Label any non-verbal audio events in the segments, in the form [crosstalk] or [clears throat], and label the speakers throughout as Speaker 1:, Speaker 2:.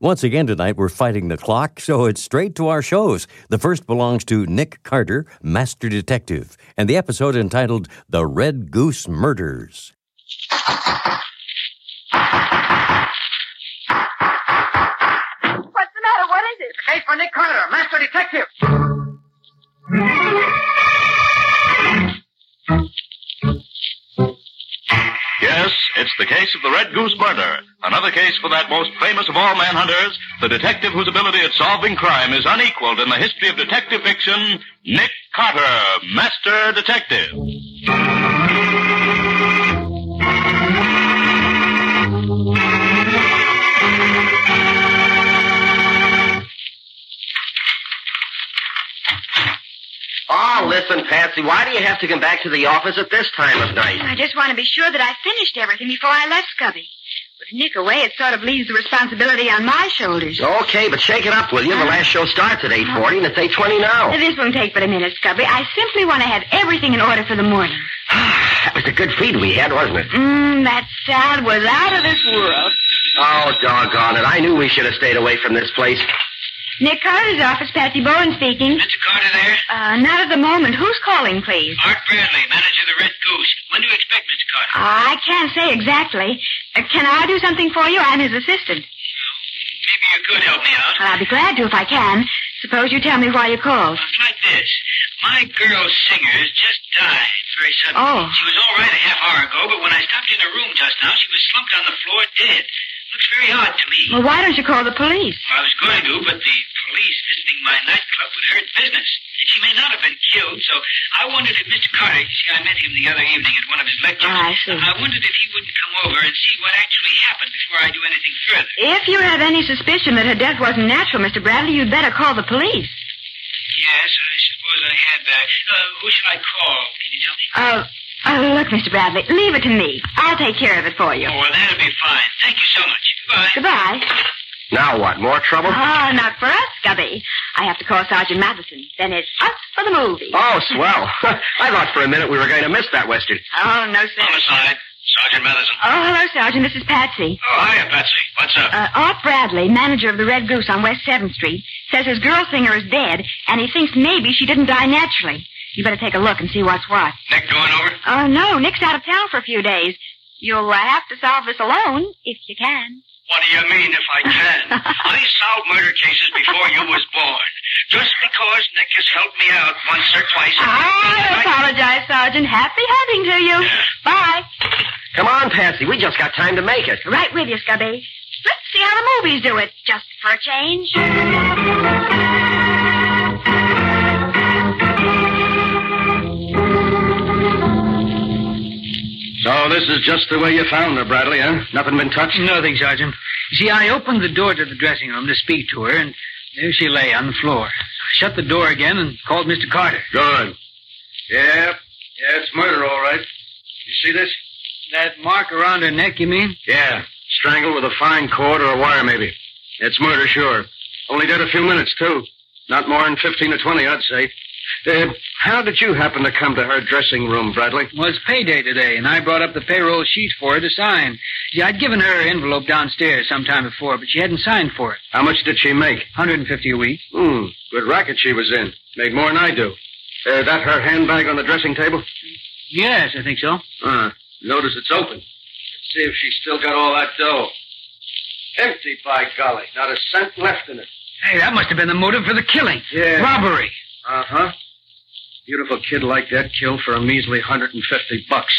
Speaker 1: Once again tonight, we're fighting the clock, so it's straight to our shows. The first belongs to Nick Carter, Master Detective, and the episode entitled The Red Goose Murders.
Speaker 2: What's the matter? What is it?
Speaker 3: The case for Nick Carter, Master Detective.
Speaker 4: Yes, it's the case of the Red Goose murder. Another case for that most famous of all manhunters, the detective whose ability at solving crime is unequaled in the history of detective fiction, Nick Carter, Master Detective.
Speaker 3: Oh, listen, Patsy, why do you have to come back to the office at this time of night?
Speaker 2: I just want to be sure that I finished everything before I left Scubby. With Nick away, it sort of leaves the responsibility on my shoulders.
Speaker 3: Okay, but shake it up, will you? The last show starts at 8.40 and it's 8.20
Speaker 2: Now,
Speaker 3: now.
Speaker 2: This won't take but a minute, Scubby. I simply want to have everything in order for the morning.
Speaker 3: That was a good feed we had, wasn't it?
Speaker 2: Mmm, that salad was out of this world.
Speaker 3: Oh, doggone it. I knew we should have stayed away from this place.
Speaker 2: Nick Carter's office, Patsy Bowen speaking.
Speaker 5: Mr. Carter there?
Speaker 2: Uh, not at the moment. Who's calling, please?
Speaker 5: Art Bradley, manager of the Red Goose. When do you expect Mr. Carter?
Speaker 2: I can't say exactly. Uh, can I do something for you? I'm his assistant.
Speaker 5: Maybe you could help me out.
Speaker 2: Well, I'll be glad to if I can. Suppose you tell me why you called.
Speaker 5: It's like this. My girl Singers just died very suddenly.
Speaker 2: Oh.
Speaker 5: She was all right a half hour ago, but when I stopped in her room just now, she was slumped on the floor dead. Looks very odd to me.
Speaker 2: Well, why don't you call the police?
Speaker 5: I was going to, but the police visiting my nightclub would hurt business. And she may not have been killed, so I wondered if Mr. Carter, you see, I met him the other evening at one of his lectures.
Speaker 2: Ah, I see.
Speaker 5: I wondered if he wouldn't come over and see what actually happened before I do anything further.
Speaker 2: If you have any suspicion that her death wasn't natural, Mr. Bradley, you'd better call the police.
Speaker 5: Yes, I suppose I had that. Uh, who shall I call? Can you tell me?
Speaker 2: Oh, oh, look, Mr. Bradley, leave it to me. I'll take care of it for you.
Speaker 5: Oh, well, that'll be fine. Thank you so much. Goodbye.
Speaker 2: Goodbye.
Speaker 3: Now what, more trouble?
Speaker 2: Oh, not for us, Gubby. I have to call Sergeant Matheson. Then it's us for the movie.
Speaker 3: Oh, swell. [laughs] I thought for a minute we were going to miss that Western.
Speaker 2: Oh, no, sir.
Speaker 5: Homicide. Sergeant Madison.
Speaker 2: Oh, hello, Sergeant. This is Patsy.
Speaker 5: Oh, hiya, Patsy. What's up?
Speaker 2: Uh, Art Bradley, manager of the Red Goose on West 7th Street, says his girl singer is dead, and he thinks maybe she didn't die naturally. You better take a look and see what's what.
Speaker 5: Nick going over?
Speaker 2: Oh, no. Nick's out of town for a few days. You'll uh, have to solve this alone, if you can.
Speaker 5: What do you mean if I can? I solved murder cases before you was born. Just because Nick has helped me out once or twice.
Speaker 2: I apologize, Sergeant. Happy hunting to you. Bye.
Speaker 3: Come on, Patsy, we just got time to make it.
Speaker 2: Right with you, Scubby. Let's see how the movies do it, just for a change.
Speaker 3: So this is just the way you found her, Bradley, huh? Nothing been touched?
Speaker 6: Nothing, Sergeant. You see, I opened the door to the dressing room to speak to her, and there she lay on the floor. I shut the door again and called Mr. Carter.
Speaker 3: Good. Yep. Yeah, it's murder, all right. You see this?
Speaker 6: That mark around her neck, you mean?
Speaker 3: Yeah. Strangled with a fine cord or a wire, maybe. It's murder, sure. Only dead a few minutes, too. Not more than 15 or 20, I'd say. Uh, how did you happen to come to her dressing room, Bradley?
Speaker 6: Well, it's payday today, and I brought up the payroll sheet for her to sign. See, I'd given her her envelope downstairs sometime before, but she hadn't signed for it.
Speaker 3: How much did she make?
Speaker 6: 150 a week.
Speaker 3: Hmm, good racket she was in. Made more than I do. Uh, that her handbag on the dressing table?
Speaker 6: Yes, I think so.
Speaker 3: Uh, notice it's open. Let's see if she's still got all that dough. Empty, by golly. Not a cent left in it.
Speaker 6: Hey, that must have been the motive for the killing.
Speaker 3: Yeah. Uh-huh.
Speaker 6: Robbery.
Speaker 3: Uh huh. Beautiful kid like that killed for a measly 150 bucks.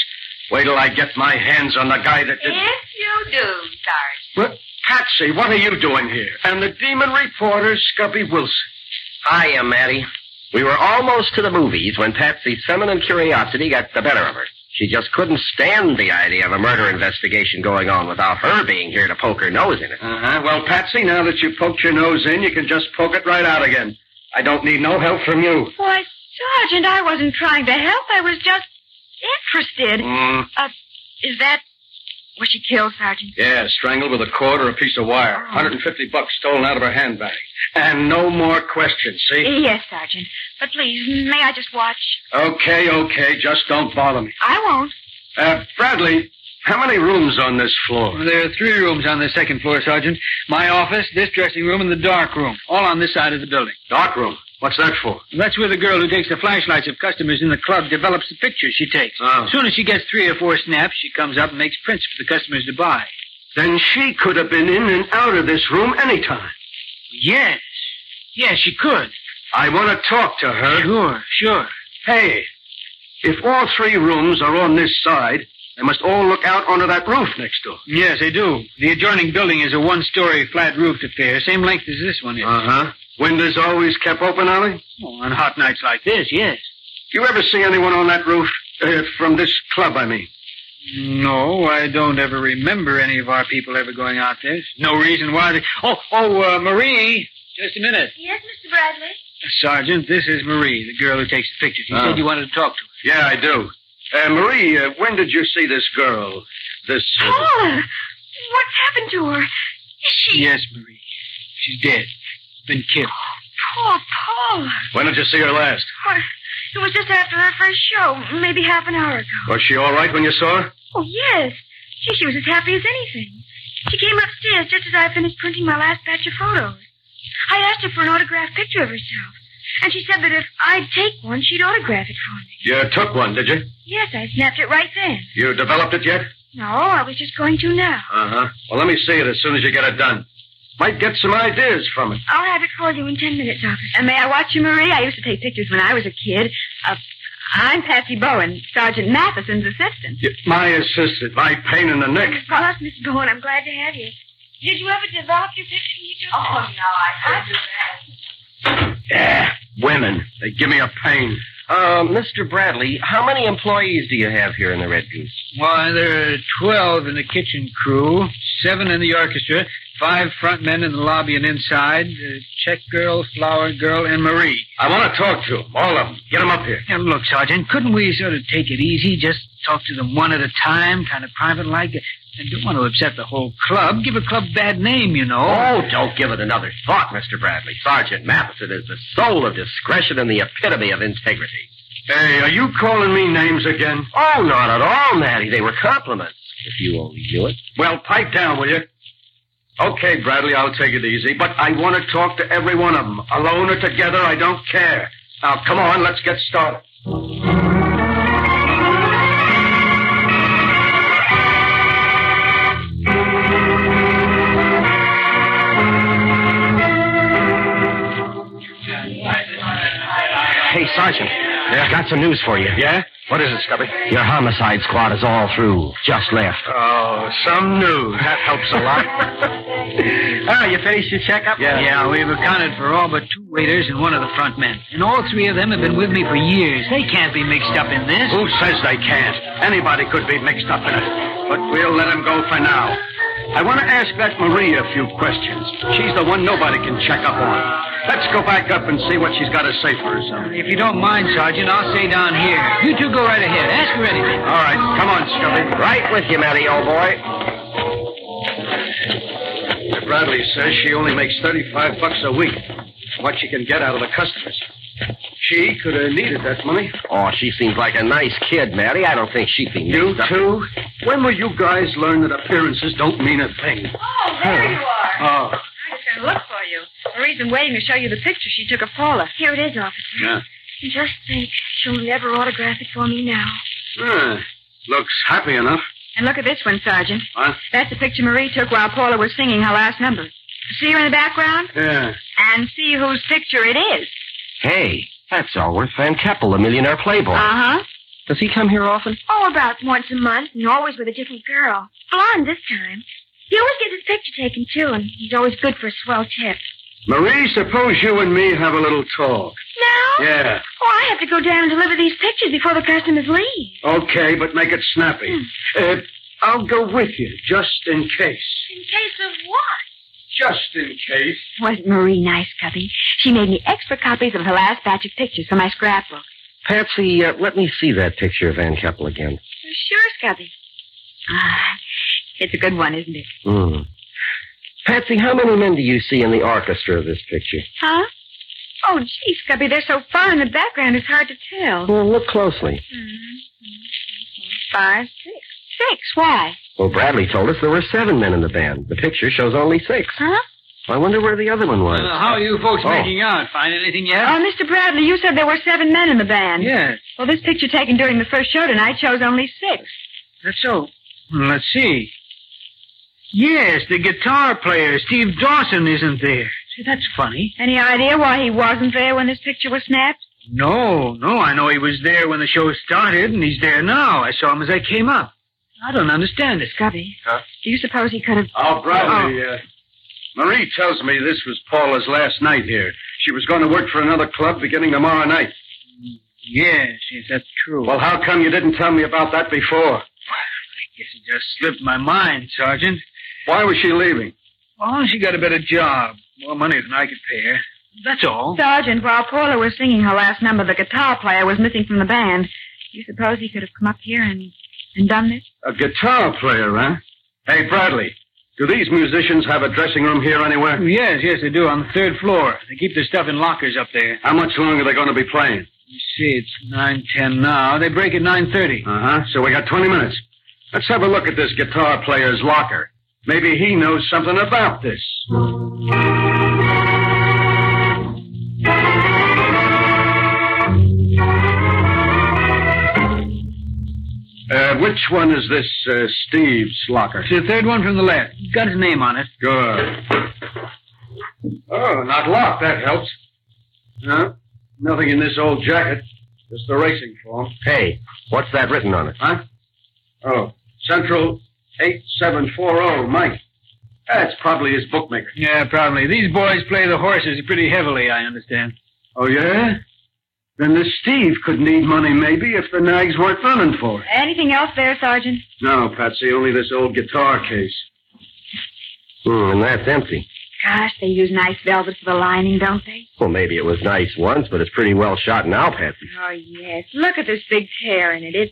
Speaker 3: Wait till I get my hands on the guy that
Speaker 7: If
Speaker 3: did.
Speaker 7: you do, Sarge.
Speaker 3: Well, Patsy, what are you doing here? And the demon reporter, Scubby Wilson.
Speaker 8: Hiya, Matty. We were almost to the movies when Patsy's feminine curiosity got the better of her. She just couldn't stand the idea of a murder investigation going on without her being here to poke her nose in it.
Speaker 3: Uh huh. Well, Patsy, now that you poked your nose in, you can just poke it right out again. I don't need no help from you.
Speaker 2: Why, Sergeant, I wasn't trying to help. I was just interested.
Speaker 3: Mm,
Speaker 2: Uh, is that. Was she killed, Sergeant?
Speaker 3: yeah, strangled with a cord or a piece of wire.
Speaker 2: Oh.
Speaker 3: 150 bucks stolen out of her handbag. And no more questions, see?
Speaker 2: Yes, Sergeant. But please, may I just watch?
Speaker 3: Okay, okay, just don't bother me.
Speaker 2: I won't.
Speaker 3: Uh, Bradley, how many rooms on this floor?
Speaker 6: There are three rooms on the second floor, Sergeant. My office, this dressing room, and the dark room. All on this side of the building.
Speaker 3: Dark room. What's that for?
Speaker 6: That's where the girl who takes the flashlights of customers in the club develops the pictures she takes.
Speaker 3: Oh.
Speaker 6: As soon as she gets three or four snaps, she comes up and makes prints for the customers to buy.
Speaker 3: Then she could have been in and out of this room any time.
Speaker 6: Yes. Yes, she could.
Speaker 3: I want to talk to her.
Speaker 6: Sure, sure.
Speaker 3: Hey, if all three rooms are on this side, they must all look out onto that roof next door.
Speaker 6: Yes, they do. The adjoining building is a one-story flat-roofed affair, same length as this one is.
Speaker 3: huh. Uh-huh. Windows always kept open, are they?
Speaker 6: Oh, on hot nights like this, yes.
Speaker 3: Do you ever see anyone on that roof? Uh, from this club, I mean.
Speaker 6: No, I don't ever remember any of our people ever going out there. There's No reason why they. Oh, oh, uh, Marie. Just a minute.
Speaker 7: Yes, Mr. Bradley?
Speaker 6: Sergeant, this is Marie, the girl who takes the pictures. You
Speaker 3: Oh.
Speaker 6: said you wanted to talk to her.
Speaker 3: Yeah, I do. Uh, Marie, uh, when did you see this girl? This. uh,
Speaker 2: Paula! What's happened to her? Is she.
Speaker 6: Yes, Marie. She's dead. Been killed.
Speaker 2: Poor Paula.
Speaker 3: when did you see her last?
Speaker 2: Why, It was just after her first show, maybe half an hour ago.
Speaker 3: Was she all right when you saw her?
Speaker 2: Oh, yes. Gee, she was as happy as anything. She came upstairs just as I finished printing my last batch of photos. I asked her for an autographed picture of herself, and she said that if I'd take one, she'd autograph it for me.
Speaker 3: You took one, did you?
Speaker 2: Yes, I snapped it right then.
Speaker 3: You developed it yet?
Speaker 2: No, I was just going to now.
Speaker 3: Uh huh. Well, let me see it as soon as you get it done. Might get some ideas from it.
Speaker 2: I'll have it for you in ten minutes, officer. And may I watch you, Marie? I used to take pictures when I was a kid. Uh, I'm Patsy Bowen, Sergeant Matheson's assistant.
Speaker 3: Y- My assistant, my pain in the neck.
Speaker 2: Well, us, Miss Bowen, I'm glad to have you. Did you ever develop your picture when you took
Speaker 7: Oh, no, I couldn't do that.
Speaker 3: Yeah, women. They give me a pain.
Speaker 8: Uh, Mr. Bradley, how many employees do you have here in the Red Goose?
Speaker 6: Why, there are 12 in the kitchen crew, seven in the orchestra, five front men in the lobby and inside, uh, check girl, flower girl, and Marie.
Speaker 3: I want to talk to them, all of them. Get them up here.
Speaker 6: Now, look, Sergeant, couldn't we sort of take it easy? Just talk to them one at a time, kind of private like? I don't want to upset the whole club. Give a club a bad name, you know.
Speaker 8: Oh, don't give it another thought, Mr. Bradley. Sergeant Matheson is the soul of discretion and the epitome of integrity.
Speaker 3: Hey, are you calling me names again?
Speaker 8: Oh, not at all, Matty. They were compliments. If you only knew it.
Speaker 3: Well, pipe down, will you? Okay, Bradley, I'll take it easy, but I want to talk to every one of them. Alone or together, I don't care. Now, come on, let's get started.
Speaker 8: Hey, Sergeant. I've got some news for you.
Speaker 3: Yeah? What is it, Scubby?
Speaker 8: Your homicide squad is all through. Just left.
Speaker 3: Oh, some news. That helps a lot.
Speaker 6: [laughs] Ah, you finished your checkup?
Speaker 3: Yeah.
Speaker 6: Yeah, we've accounted for all but two waiters and one of the front men. And all three of them have been with me for years. They can't be mixed up in this.
Speaker 3: Who says they can't? Anybody could be mixed up in it. But we'll let them go for now. I want to ask that Marie a few questions. She's the one nobody can check up on. Let's go back up and see what she's got to say for herself.
Speaker 6: If you don't mind, Sergeant, I'll stay down here. You two go right ahead. Ask her anything.
Speaker 3: All right, come on, Scubby.
Speaker 8: Right with you, Matty, old boy.
Speaker 3: Bradley says she only makes 35 bucks a week. What she can get out of the customers. She could have needed that money.
Speaker 8: Oh, she seems like a nice kid, Matty. I don't think she'd be
Speaker 3: You
Speaker 8: mixed up.
Speaker 3: too? When will you guys learn that appearances don't mean a thing?
Speaker 2: Oh, there you are.
Speaker 3: Oh,
Speaker 2: I was going to look for you. Marie's been waiting to show you the picture she took of Paula. Here it is, officer.
Speaker 3: yeah.
Speaker 2: And Just think, she'll never autograph it for me now.
Speaker 3: Huh. Hmm. Looks happy enough.
Speaker 2: And look at this one, Sergeant.
Speaker 3: Huh?
Speaker 2: That's the picture Marie took while Paula was singing her last number. See her in the background?
Speaker 5: Uh.
Speaker 3: Yeah.
Speaker 2: And see whose picture it is.
Speaker 8: Hey, that's Alworth Van Keppel, the millionaire playboy.
Speaker 2: Uh huh.
Speaker 8: Does he come here often?
Speaker 2: Oh, about once a month, and always with a different girl. Blonde this time. He always gets his picture taken, too, and he's always good for a swell tip.
Speaker 3: Marie, suppose you and me have a little talk.
Speaker 2: Now?
Speaker 3: Yeah.
Speaker 2: Oh, I have to go down and deliver these pictures before the customers leave.
Speaker 3: Okay, but make it snappy.
Speaker 6: Hmm.
Speaker 3: Uh, I'll go with you, just in case.
Speaker 2: In case of what?
Speaker 3: Just in case.
Speaker 9: Wasn't Marie nice, Cubby? She made me extra copies of her last batch of pictures for my scrapbook.
Speaker 8: Patsy, uh, let me see that picture of Van Keppel again.
Speaker 9: Sure, Scubby. Ah, it's a good one, isn't it?
Speaker 8: Hmm. Patsy, how many men do you see in the orchestra of this picture?
Speaker 2: Huh? Oh, gee, Scubby, they're so far in the background, it's hard to tell.
Speaker 8: Well, look closely.
Speaker 2: Five, six. Six? Why?
Speaker 8: Well, Bradley told us there were seven men in the band. The picture shows only six.
Speaker 2: Huh?
Speaker 8: I wonder where the other one was.
Speaker 6: Uh, how are you folks
Speaker 8: Oh.
Speaker 6: making out? Find anything yet?
Speaker 9: Oh, Mr. Bradley, you said there were seven men in the band.
Speaker 6: Yes.
Speaker 9: Well, this picture taken during the first show tonight shows only six.
Speaker 6: That's so. Hmm, Let's see. Yes, the guitar player, Steve Dawson, isn't there. See, that's funny.
Speaker 9: Any idea why he wasn't there when this picture was snapped?
Speaker 6: No, no, I know he was there when the show started, and he's there now. I saw him as I came up. I don't understand it.
Speaker 9: Scubby,
Speaker 3: Huh?
Speaker 9: do you suppose he could have...
Speaker 3: Oh, Bradley, uh, Marie tells me this was Paula's last night here. She was going to work for another club beginning tomorrow night.
Speaker 6: Yes, yes, that's true.
Speaker 3: Well, how come you didn't tell me about that before?
Speaker 6: Guess it just slipped my mind, Sergeant.
Speaker 3: Why was she leaving?
Speaker 6: Oh, she got a better job. More money than I could pay her. That's all.
Speaker 9: Sergeant, while Paula was singing her last number, the guitar player was missing from the band. Do you suppose he could have come up here and, and done this?
Speaker 3: A guitar player, huh? Hey, Bradley, do these musicians have a dressing room here anywhere?
Speaker 6: Yes, yes, they do, on the third floor. They keep their stuff in lockers up there.
Speaker 3: How much longer are they going to be playing?
Speaker 6: You see, it's 9.10 now. They break at 9.30.
Speaker 3: Uh huh. So we got 20 minutes. Let's have a look at this guitar player's locker. Maybe he knows something about this. Uh, which one is this uh, Steve's locker?
Speaker 6: It's the third one from the left. Got his name on it.
Speaker 3: Good. Oh, not locked. That helps. Huh? Nothing in this old jacket. Just the racing form.
Speaker 8: Hey, what's that written on it?
Speaker 3: Huh? Oh, Central 8740, oh, Mike. That's probably his bookmaker.
Speaker 6: Yeah, probably. These boys play the horses pretty heavily, I understand.
Speaker 3: Oh, yeah? Then this Steve could need money, maybe, if the nags weren't running for it.
Speaker 9: Anything else there, Sergeant?
Speaker 3: No, Patsy, only this old guitar case.
Speaker 8: Hmm, and that's empty.
Speaker 9: Gosh, they use nice velvet for the lining, don't they?
Speaker 8: Well, maybe it was nice once, but it's pretty well shot now, Patsy.
Speaker 9: Oh, yes. Look at this big tear in it. It.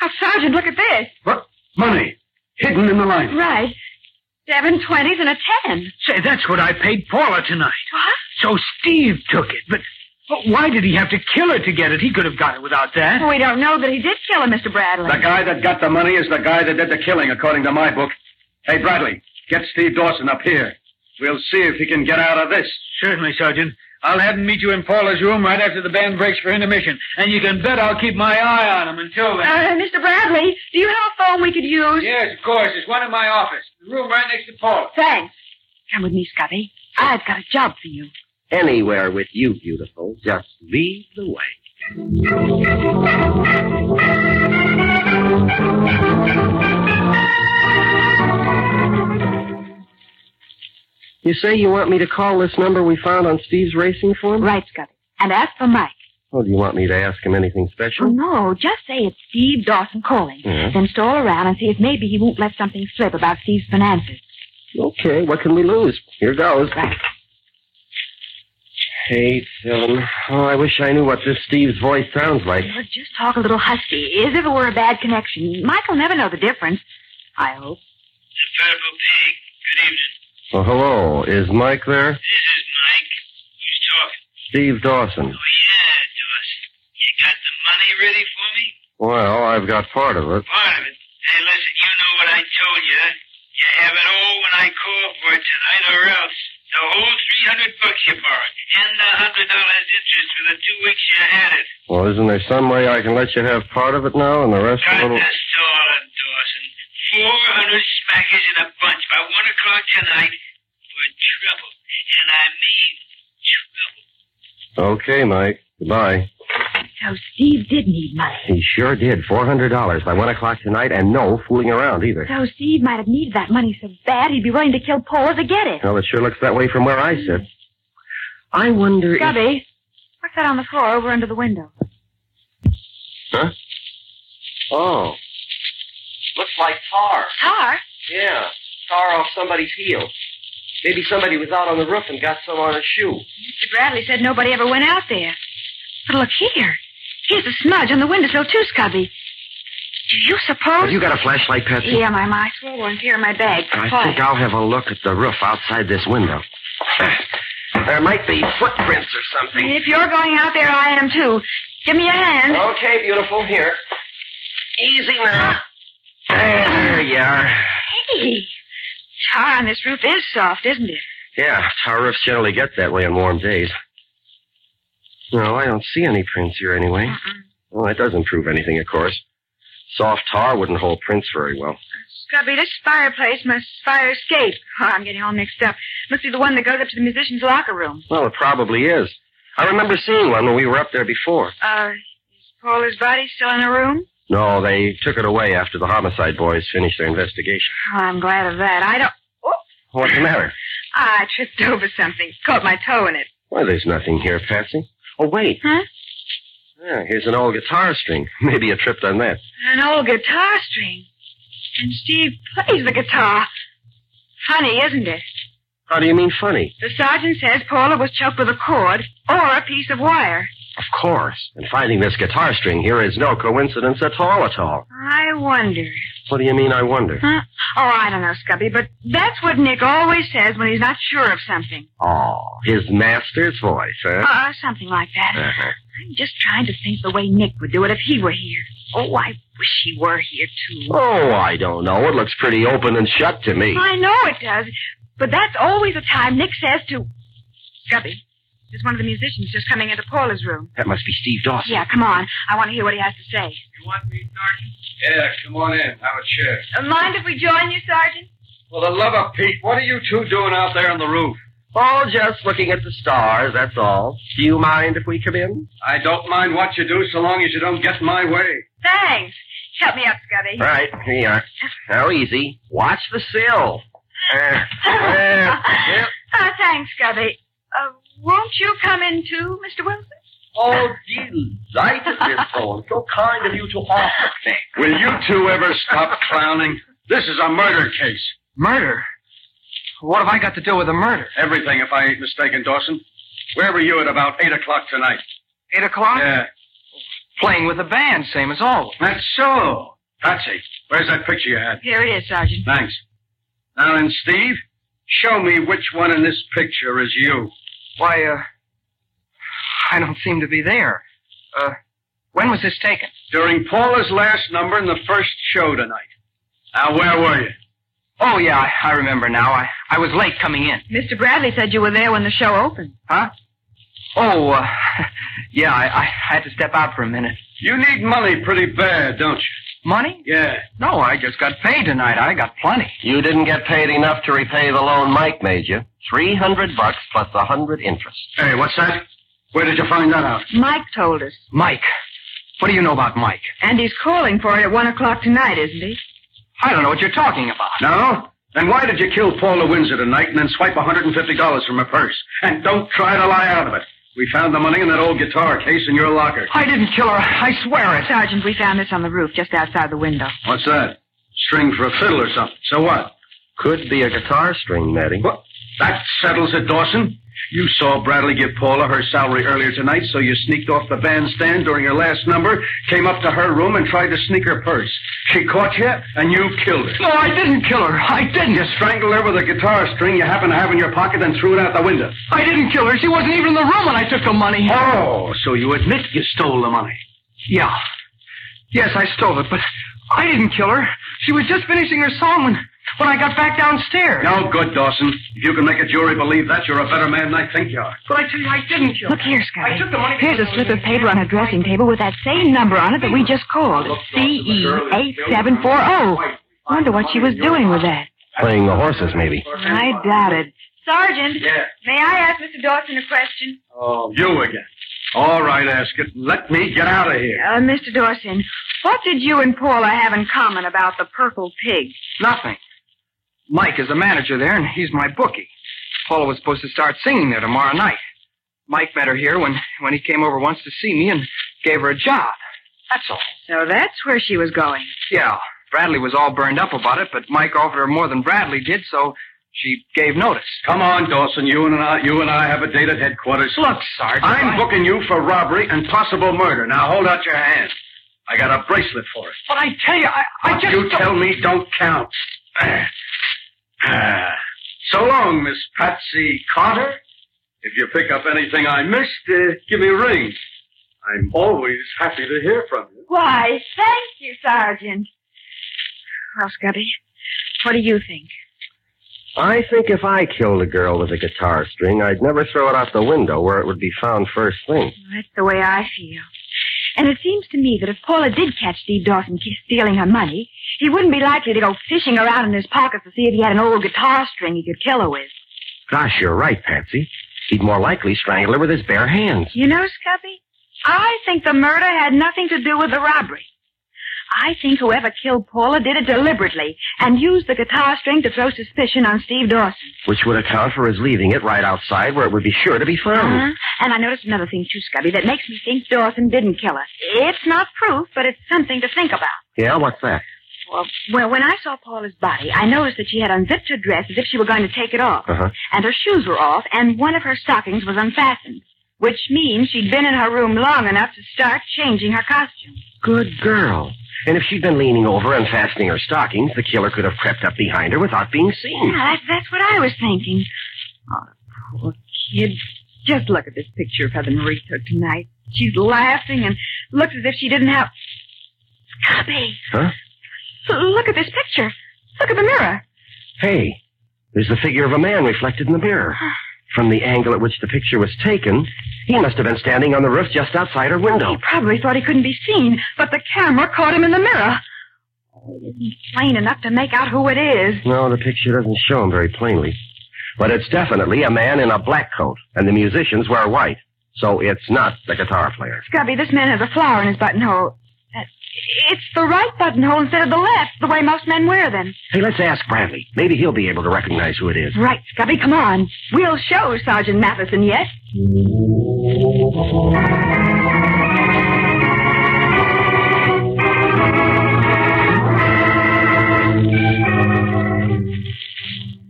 Speaker 9: Oh, Sergeant, look at this.
Speaker 3: What? Money. Hidden in the lining.
Speaker 9: Right. Seven twenties and a ten.
Speaker 6: Say, that's what I paid Paula tonight.
Speaker 9: What?
Speaker 6: So Steve took it, but but why did he have to kill her to get it? He could have got it without that.
Speaker 9: Well, we don't know that he did kill him, Mr. Bradley.
Speaker 3: The guy that got the money is the guy that did the killing, according to my book. Hey, Bradley, get Steve Dawson up here. We'll see if he can get out of this.
Speaker 6: Certainly, Sergeant. I'll have him meet you in Paula's room right after the band breaks for intermission. And you can bet I'll keep my eye on him until then.
Speaker 9: Uh, Mr. Bradley, do you have a phone we could use?
Speaker 6: yes, of course. There's one in my office. The room right next to Paula.
Speaker 9: Thanks. Come with me, Scotty. I've got a job for you.
Speaker 8: Anywhere with you, beautiful. Just lead the way. You say you want me to call this number we found on Steve's racing form?
Speaker 9: Right, Scotty. And ask for Mike.
Speaker 8: Well, do you want me to ask him anything
Speaker 9: Oh,
Speaker 8: special?
Speaker 9: no, just say it's Steve Dawson calling.
Speaker 8: Yeah.
Speaker 9: Then stroll around and see if maybe he won't let something slip about Steve's finances.
Speaker 8: Okay, what can we lose? Here goes.
Speaker 9: Right.
Speaker 8: Hey, Ellen. Oh, I wish I knew what this Steve's voice sounds like.
Speaker 9: Well, just talk a little husky, as if it were a bad connection. Mike'll never know the difference. I hope.
Speaker 5: The Purple Pig. Good evening.
Speaker 8: Well, hello. Is Mike there?
Speaker 5: This is Mike. Who's talking?
Speaker 8: Steve Dawson.
Speaker 5: Oh, yeah, Dawson. You got the money ready for me?
Speaker 8: Well, I've got part of it.
Speaker 5: Part of it. Hey, listen, you know what I told you. huh? You have it all when I call for it tonight, or else. The whole 300 bucks you borrowed, and the $100 interest for the two weeks you had it.
Speaker 8: Well, isn't there some way I can let you have part of it now and the rest a
Speaker 5: Got
Speaker 8: little?
Speaker 5: the store, Dawson. [laughs] 400 smackers in a bunch by 1 o'clock tonight. We're trouble. And I mean trouble.
Speaker 8: Okay, Mike. Goodbye.
Speaker 9: So Steve did need money.
Speaker 8: He sure did. $400 by 1 o'clock tonight, and no fooling around either.
Speaker 9: So Steve might have needed that money so bad he'd be willing to kill Paula to get it.
Speaker 8: Well, it sure looks that way from where I sit. I wonder if...
Speaker 9: Gubby, what's that on the floor over under the window?
Speaker 8: Huh? Oh. Looks like tar.
Speaker 9: Tar?
Speaker 8: Yeah. Tar off somebody's heel. Maybe somebody was out on the roof and got some on a shoe.
Speaker 9: Mr. Bradley said nobody ever went out there. But look here. Here's a smudge on the windowsill, too, Scubby. Do you suppose...
Speaker 8: Have you got a flashlight, Patsy?
Speaker 9: Yeah, my my swell one's here in my bag.
Speaker 8: I
Speaker 9: Why?
Speaker 8: think I'll have a look at the roof outside this window. There might be footprints or something.
Speaker 9: If you're going out there, I am, too. Give me a hand.
Speaker 8: Okay, beautiful. Here. Easy now. There you are.
Speaker 9: Hey, tar on this roof is soft, isn't it?
Speaker 8: Yeah, tar roofs generally get that way on warm days. No, I don't see any prints here anyway. Well, that doesn't prove anything, of course. Soft tar wouldn't hold prints very well.
Speaker 9: Scubby, this fireplace must fire escape. Oh, I'm getting all mixed up. Must be the one that goes up to the musician's locker room.
Speaker 8: Well, it probably is. I remember seeing one when we were up there before.
Speaker 9: Uh, is Paula's body still in the room?
Speaker 8: No, they took it away after the homicide boys finished their investigation.
Speaker 9: Oh, I'm glad of that. I don't.
Speaker 8: What's the matter?
Speaker 9: Ah, I tripped over something. Caught my toe in it.
Speaker 8: Why, there's nothing here, Patsy. Oh, wait.
Speaker 9: Huh?
Speaker 8: Yeah, here's an old guitar string. [laughs] Maybe you tripped on that.
Speaker 9: An old guitar string. And Steve plays the guitar. Funny, isn't it?
Speaker 8: How do you mean funny?
Speaker 9: The sergeant says Paula was choked with a cord or a piece of wire.
Speaker 8: Of course. And finding this guitar string here is no coincidence at all at all.
Speaker 9: I wonder.
Speaker 8: What do you mean, I wonder?
Speaker 9: Huh? Oh, I don't know, Scubby, but that's what Nick always says when he's not sure of something.
Speaker 8: Oh, his master's voice, huh?
Speaker 9: Uh, something like that.
Speaker 8: Uh-huh.
Speaker 9: I'm just trying to think the way Nick would do it if he were here. Oh, I wish he were here, too.
Speaker 8: Oh, I don't know. It looks pretty open and shut to me.
Speaker 9: I know it does, but that's always the time Nick says to. Scubby, there's one of the musicians just coming into Paula's room.
Speaker 8: That must be Steve Dawson.
Speaker 9: Yeah, come on. I want to hear what he has to say.
Speaker 6: You want me, Sergeant? Yeah, come on in. Have a chair.
Speaker 9: Uh, mind if we join you, Sergeant?
Speaker 6: For the love of Pete, what are you two doing out there on the roof?
Speaker 8: Oh, just looking at the stars, that's all. Do you mind if we come in?
Speaker 6: I don't mind what you do so long as you don't get in my way.
Speaker 9: Thanks. Help me up, Scubby.
Speaker 8: All right, here you are. Now, easy. Watch the sill. Uh, There. There.
Speaker 9: [laughs]
Speaker 8: Yep.
Speaker 9: Oh, thanks, Scubby. Uh, won't you come in, too, Mr. Wilson?
Speaker 8: Oh,
Speaker 9: [laughs]
Speaker 8: delighted, Miss Owen. So kind of you to offer.
Speaker 3: Will you two ever
Speaker 6: [laughs]
Speaker 3: stop clowning? This is a murder case.
Speaker 6: Murder? What have I got to do with a murder?
Speaker 3: Everything, if I ain't mistaken, Dawson. Where were you at about 8 o'clock tonight?
Speaker 6: Eight o'clock?
Speaker 3: Yeah.
Speaker 6: Playing with the band, same as always.
Speaker 3: That's so. Patsy, where's that picture you had?
Speaker 9: Here it is, Sergeant.
Speaker 3: Thanks. Now then, Steve, show me which one in this picture is you.
Speaker 6: Why, uh, I don't seem to be there. Uh, when was this taken?
Speaker 3: During Paula's last number in the first show tonight. Now, where were you?
Speaker 6: Oh, yeah, I, I remember now. I, I was late coming in.
Speaker 9: Mr. Bradley said you were there when the show opened.
Speaker 6: Huh? Oh, uh, [laughs] yeah, I, I had to step out for a minute.
Speaker 3: You need money pretty bad, don't
Speaker 6: Money?
Speaker 3: you? Yeah.
Speaker 6: No, I just got paid tonight. I got plenty.
Speaker 8: You didn't get paid enough to repay the loan Mike made you. Three hundred bucks plus a hundred interest.
Speaker 3: Hey, what's that? Where did you find that out?
Speaker 9: Mike told us.
Speaker 6: Mike. What do you know about Mike?
Speaker 9: And he's calling for it at one o'clock tonight, isn't he?
Speaker 6: I don't know what you're talking about.
Speaker 3: No? Then why did you kill Paula Windsor tonight and then swipe $150 from her purse? And don't try to lie out of it. We found the money in that old guitar case in your locker.
Speaker 6: I didn't kill her. I swear it.
Speaker 9: Sergeant, we found this on the roof just outside the window.
Speaker 3: What's that? String for a fiddle or something. So what?
Speaker 8: Could be a guitar string, Matty.
Speaker 3: What? That settles it, Dawson. You saw Bradley give Paula her salary earlier tonight, so you sneaked off the bandstand during her last number, came up to her room, and tried to sneak her purse. She caught you, and you killed her.
Speaker 6: No, I didn't kill her. I didn't.
Speaker 3: You strangled her with a guitar string you happened to have in your pocket and threw it out the window.
Speaker 6: I didn't kill her. She wasn't even in the room when I took the money.
Speaker 3: Oh, so you admit you stole the money.
Speaker 6: Yeah. Yes, I stole it, but I didn't kill her. She was just finishing her song when, when I got back downstairs.
Speaker 3: No good, Dawson. If you can make a jury believe that, you're a better man than I think you are.
Speaker 6: But I tell you, I didn't kill
Speaker 9: Look
Speaker 6: her.
Speaker 9: here, Scotty.
Speaker 6: I took the money.
Speaker 9: Here's a slip of paper on a dressing table with that same number on it that we just called. E CE8740. Wonder what she was doing with that.
Speaker 8: Playing the horses, maybe.
Speaker 9: I doubt it. Sergeant,
Speaker 3: Yeah.
Speaker 9: may I ask Mr. Dawson a question?
Speaker 3: Oh, you again. All right, Ascot. Let me get out of here.
Speaker 9: Uh, Mr. Dorson, what did you and Paula have in common about the purple pig?
Speaker 10: Nothing. Mike is the manager there, and he's my bookie. Paula was supposed to start singing there tomorrow night. Mike met her here when, when he came over once to see me and gave her a job. That's all.
Speaker 9: So that's where she was going.
Speaker 10: Yeah, Bradley was all burned up about it, but Mike offered her more than Bradley did, so she gave notice.
Speaker 3: Come on, Dawson. You and I, you and I have a date at headquarters. Look, Sergeant. I'm booking you for robbery and possible murder. Now hold out your hand. I got a bracelet for it.
Speaker 10: But I tell you, I, I
Speaker 3: What
Speaker 10: just.
Speaker 3: you tell me don't count. Ah. so long, Miss Patsy Carter. If you pick up anything I missed, uh, give me a ring. I'm always happy to hear from you.
Speaker 9: Why, thank you, Sergeant. Well, Scubby, what do you think?
Speaker 8: I think if I killed a girl with a guitar string, I'd never throw it out the window where it would be found first thing.
Speaker 9: That's the way I feel. And it seems to me that if Paula did catch Steve Dawson ki- stealing her money, he wouldn't be likely to go fishing around in his pockets to see if he had an old guitar string he could kill her with.
Speaker 8: Gosh, you're right, Patsy. He'd more likely strangle her with his bare hands.
Speaker 9: You know, Scubby, I think the murder had nothing to do with the robbery. I think whoever killed Paula did it deliberately and used the guitar string to throw suspicion on Steve Dawson.
Speaker 8: Which would account for his leaving it right outside where it would be sure to be found.
Speaker 9: Uh-huh. And I noticed another thing, too, Scubby, that makes me think Dawson didn't kill her. It's not proof, but it's something to think about.
Speaker 8: Yeah, what's that?
Speaker 9: Well, well, when I saw Paula's body, I noticed that she had unzipped her dress as if she were going to take it off.
Speaker 8: Uh huh.
Speaker 9: And her shoes were off, and one of her stockings was unfastened. Which means she'd been in her room long enough to start changing her costume.
Speaker 8: Good girl. And if she'd been leaning over and fastening her stockings, the killer could have crept up behind her without being seen.
Speaker 9: Yeah, that's, that's what I was thinking. Oh, poor kid. Just look at this picture of her that Marie took tonight. She's laughing and looks as if she didn't have... Scubby!
Speaker 8: Huh?
Speaker 9: Look at this picture. Look at the mirror.
Speaker 8: Hey, there's the figure of a man reflected in the mirror. From the angle at which the picture was taken, he must have been standing on the roof just outside her window.
Speaker 9: He probably thought he couldn't be seen, but the camera caught him in the mirror. Oh, it isn't plain enough to make out who it is.
Speaker 8: No, the picture doesn't show him very plainly. But it's definitely a man in a black coat, and the musicians wear white. So it's not the guitar player.
Speaker 9: Scubby, this man has a flower in his buttonhole. That- It's the right buttonhole instead of the left, the way most men wear them.
Speaker 8: Hey, let's ask Bradley. Maybe he'll be able to recognize who it is.
Speaker 9: Right, Scubby, come on. We'll show Sergeant Matheson, yes?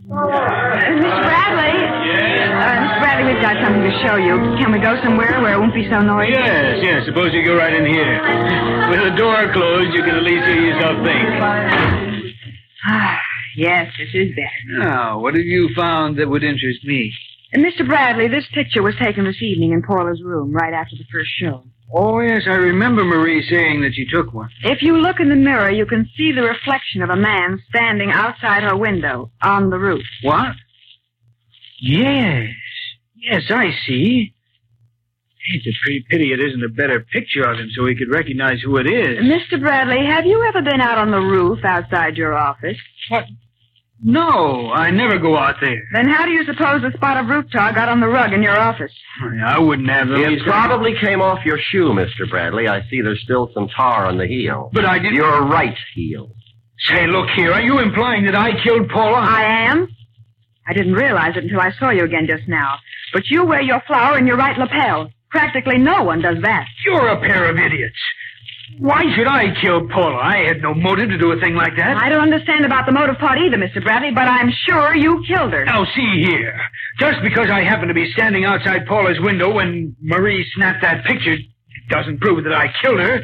Speaker 9: Mr. Bradley? Uh, Mr. Bradley, we've got something to show you. Can we go somewhere where it won't be so noisy?
Speaker 3: Yes, yes. Suppose you go right in here. With the door closed, you can at least hear yourself think.
Speaker 9: Ah, yes, this is better.
Speaker 6: Now, what have you found that would interest me?
Speaker 9: And Mr. Bradley, this picture was taken this evening in Paula's room right after the first show.
Speaker 6: Oh, yes, I remember Marie saying that she took one.
Speaker 9: If you look in the mirror, you can see the reflection of a man standing outside her window on the roof.
Speaker 6: What? Yes. Yes, I see. It's a pretty pity it isn't a better picture of him so we could recognize who it is.
Speaker 9: Mr. Bradley, have you ever been out on the roof outside your office?
Speaker 6: What? No, I never go out there.
Speaker 9: Then how do you suppose the spot of roof tar got on the rug in your office?
Speaker 6: I wouldn't have the
Speaker 8: It
Speaker 6: least-
Speaker 8: probably came off your shoe, Mr. Bradley. I see there's still some tar on the heel.
Speaker 6: But I didn't.
Speaker 8: Your right heel.
Speaker 6: Say, look here. Are you implying that I killed Paula?
Speaker 9: I am. I didn't realize it until I saw you again just now. But you wear your flower in your right lapel. Practically no one does that.
Speaker 6: You're a pair of idiots. Why should I kill Paula? I had no motive to do a thing like that.
Speaker 9: I don't understand about the motive part either, Mr. Bradley, but I'm sure you killed her.
Speaker 6: Now, see here. Just because I happened to be standing outside Paula's window when Marie snapped that picture doesn't prove that I killed her.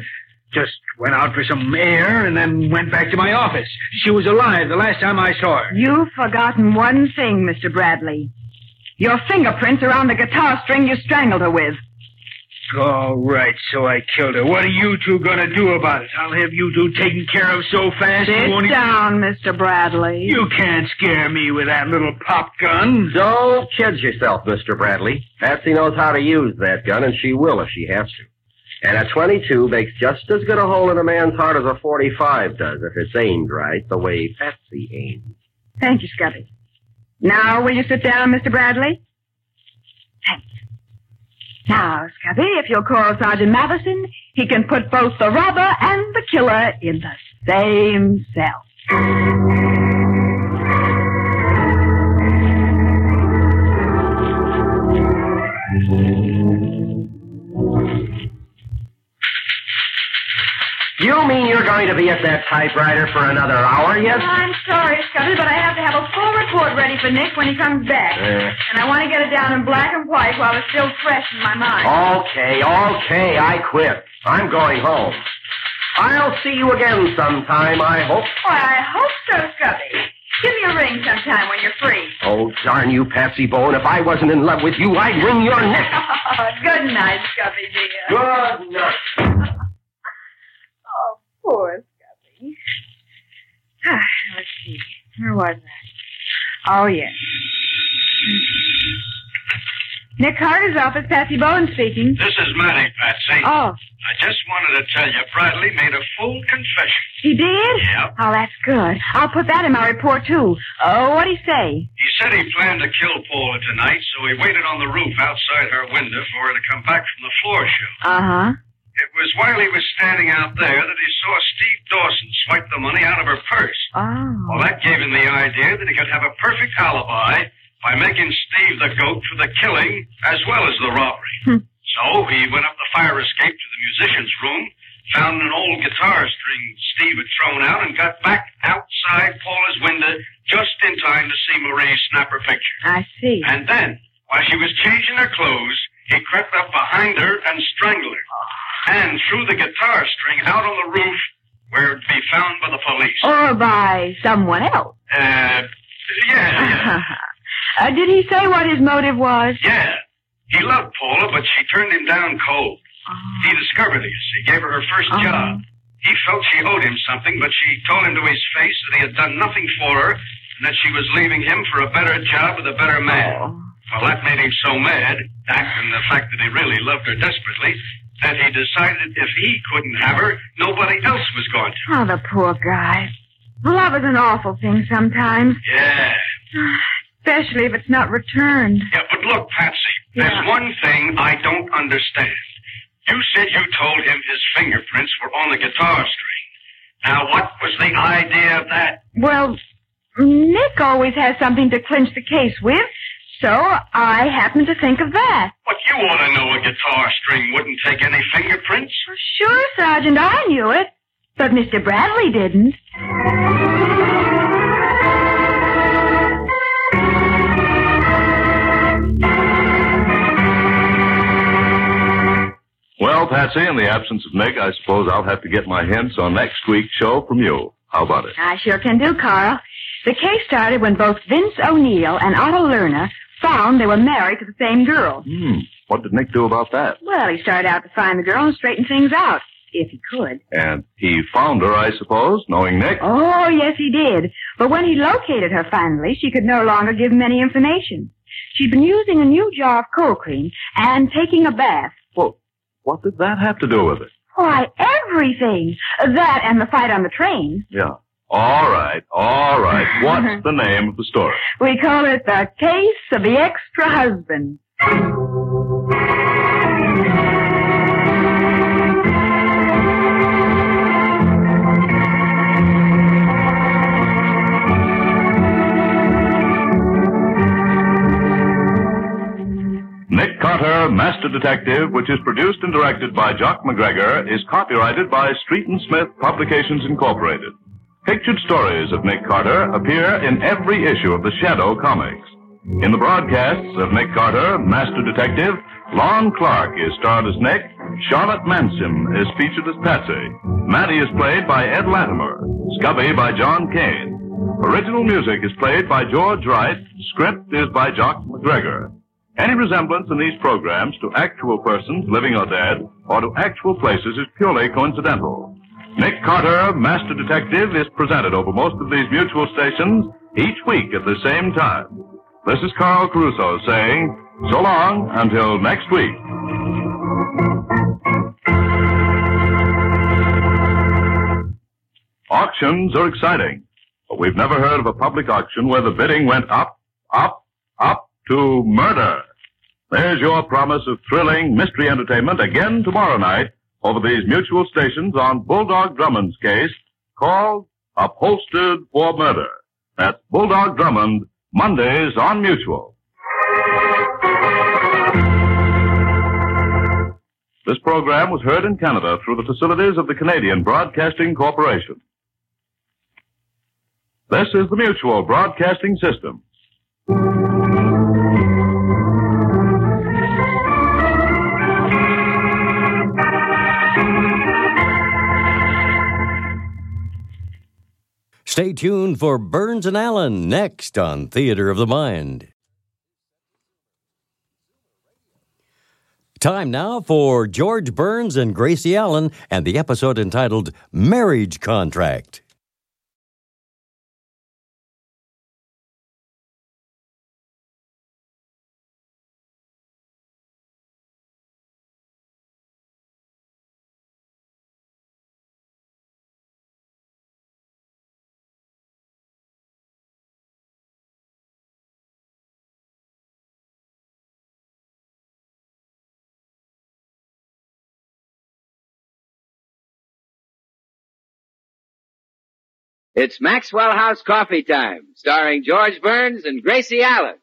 Speaker 6: Just went out for some air and then went back to my office. She was alive the last time I saw her.
Speaker 9: You've forgotten one thing, Mr. Bradley. Your fingerprints are on the guitar string you strangled her with.
Speaker 6: All right, so I killed her. What are you two gonna do about it? I'll have you two taken care of so fast you won't even-
Speaker 9: Sit down, Mr. Bradley.
Speaker 6: You can't scare me with that little pop gun.
Speaker 8: Don't kid yourself, Mr. Bradley. Patsy knows how to use that gun, and she will if she has to. And a 22 makes just as good a hole in a man's heart as a 45 does if it's aimed right, the way Patsy aims.
Speaker 9: Thank you, Scubby. Now, will you sit down, Mr. Bradley? Thanks. Now, Scubby, if you'll call Sergeant Matheson, he can put both the robber and the killer in the same cell.
Speaker 8: You mean you're going to be at that typewriter for another hour yet?
Speaker 9: I'm sorry, Scubby, but I have to have a full report ready for Nick when he comes back.
Speaker 8: Yeah.
Speaker 9: And I want to get it down in black and white while it's still fresh in my mind.
Speaker 8: Okay, okay, I quit. I'm going home. I'll see you again sometime, I hope.
Speaker 9: Why, I hope so, Scubby. Give me a ring sometime when you're free.
Speaker 8: Oh, darn you, Patsy Bowen. If I wasn't in love with you, I'd wring your neck.
Speaker 9: Oh, [laughs] good night, Scubby dear.
Speaker 8: Good night.
Speaker 9: [laughs] Oh, poor Scubby. [sighs] Ah, Let's see. Where was I? Oh, yes. Hmm. Nick Carter's office, Patsy Bowen speaking.
Speaker 5: This is Matty, Patsy.
Speaker 9: Oh,
Speaker 5: I just wanted to tell you, Bradley made a full confession.
Speaker 9: he did?
Speaker 5: Yeah.
Speaker 9: Oh, that's good. I'll put that in my report, too. Oh, what'd he say?
Speaker 5: He said he planned to kill Paula tonight, so he waited on the roof outside her window for her to come back from the floor show.
Speaker 9: Uh-huh.
Speaker 5: It was while he was standing out there that he saw Steve Dawson swipe the money out of her purse.
Speaker 9: Oh.
Speaker 5: Well, that gave him the idea that he could have a perfect alibi by making Steve the goat for the killing as well as the robbery.
Speaker 9: Hmm.
Speaker 5: So he went up the fire escape to the musician's room, found an old guitar string Steve had thrown out, and got back outside Paula's window just in time to see Marie snap her picture.
Speaker 9: I see.
Speaker 5: And then, while she was changing her clothes, he crept up behind her and strangled her. And threw the guitar string out on the roof where it'd be found by the police.
Speaker 9: Or by someone else.
Speaker 5: Uh, yeah, yeah.
Speaker 9: [laughs] Uh, did he say what his motive was?
Speaker 5: Yeah. He loved Paula, but she turned him down cold. He discovered this. He gave her her 1st job. He felt she owed him something, but she told him to his face that he had done nothing for her and that she was leaving him for a better job with a better man. Well, that made him so mad, that and the fact that he really loved her desperately, that he decided if he couldn't have her, nobody else was going to.
Speaker 9: Oh, the poor guy. Love is an awful thing sometimes,
Speaker 5: Yeah.
Speaker 9: especially if it's not returned.
Speaker 5: Yeah, but look, Patsy, there's one thing I don't understand. You said you told him his fingerprints were on the guitar string. Now, what was the idea of that?
Speaker 9: Well, Nick always has something to clinch the case with, so I happened to think of that.
Speaker 5: But you ought to know a guitar string wouldn't take any fingerprints.
Speaker 9: Sure, Sergeant, I knew it, but Mr. Bradley didn't.
Speaker 4: Well, Patsy, in the absence of Nick, I suppose I'll have to get my hints on next week's show from you. How about it?
Speaker 9: I sure can do, Carl. The case started when both Vince O'Neill and Otto Lerner found they were married to the same girl.
Speaker 4: Hmm. What did Nick do about that?
Speaker 9: Well, he started out to find the girl and straighten things out, if he could.
Speaker 4: And he found her, I suppose, knowing Nick.
Speaker 9: Oh, yes, he did. But when he located her finally, she could no longer give him any information. She'd been using a new jar of cold cream and taking a bath.
Speaker 4: Well, what did that have to do with it?
Speaker 9: Why, everything. That and the fight on the train.
Speaker 4: Yeah. All right, all right. What's the name of the story?
Speaker 9: We call it the case of the extra husband.
Speaker 4: Nick Carter, Master Detective, which is produced and directed by Jock McGregor, is copyrighted by Street and Smith Publications Incorporated. Pictured stories of Nick Carter appear in every issue of the Shadow Comics. In the broadcasts of Nick Carter, Master Detective, Lon Clark is starred as Nick, Charlotte Manson is featured as Patsy, Matty is played by Ed Latimer, Scubby by John Kane. Original music is played by George Wright, script is by Jock McGregor. Any resemblance in these programs to actual persons, living or dead, or to actual places is purely coincidental. Nick Carter, Master Detective, is presented over most of these mutual stations each week at the same time. This is Carl Crusoe saying, so long until next week. Auctions are exciting, but we've never heard of a public auction where the bidding went up, up, up to murder. There's your promise of thrilling mystery entertainment again tomorrow night over these mutual stations on Bulldog Drummond's case called Upholstered for Murder. That's Bulldog Drummond, Mondays on Mutual. This program was heard in Canada through the facilities of the Canadian Broadcasting Corporation. This is the Mutual Broadcasting System.
Speaker 1: Stay tuned for Burns and Allen next on Theater of the Mind. Time now for George Burns and Gracie Allen and the episode entitled Marriage Contract.
Speaker 11: It's Maxwell House Coffee Time, starring George Burns and Gracie Allen.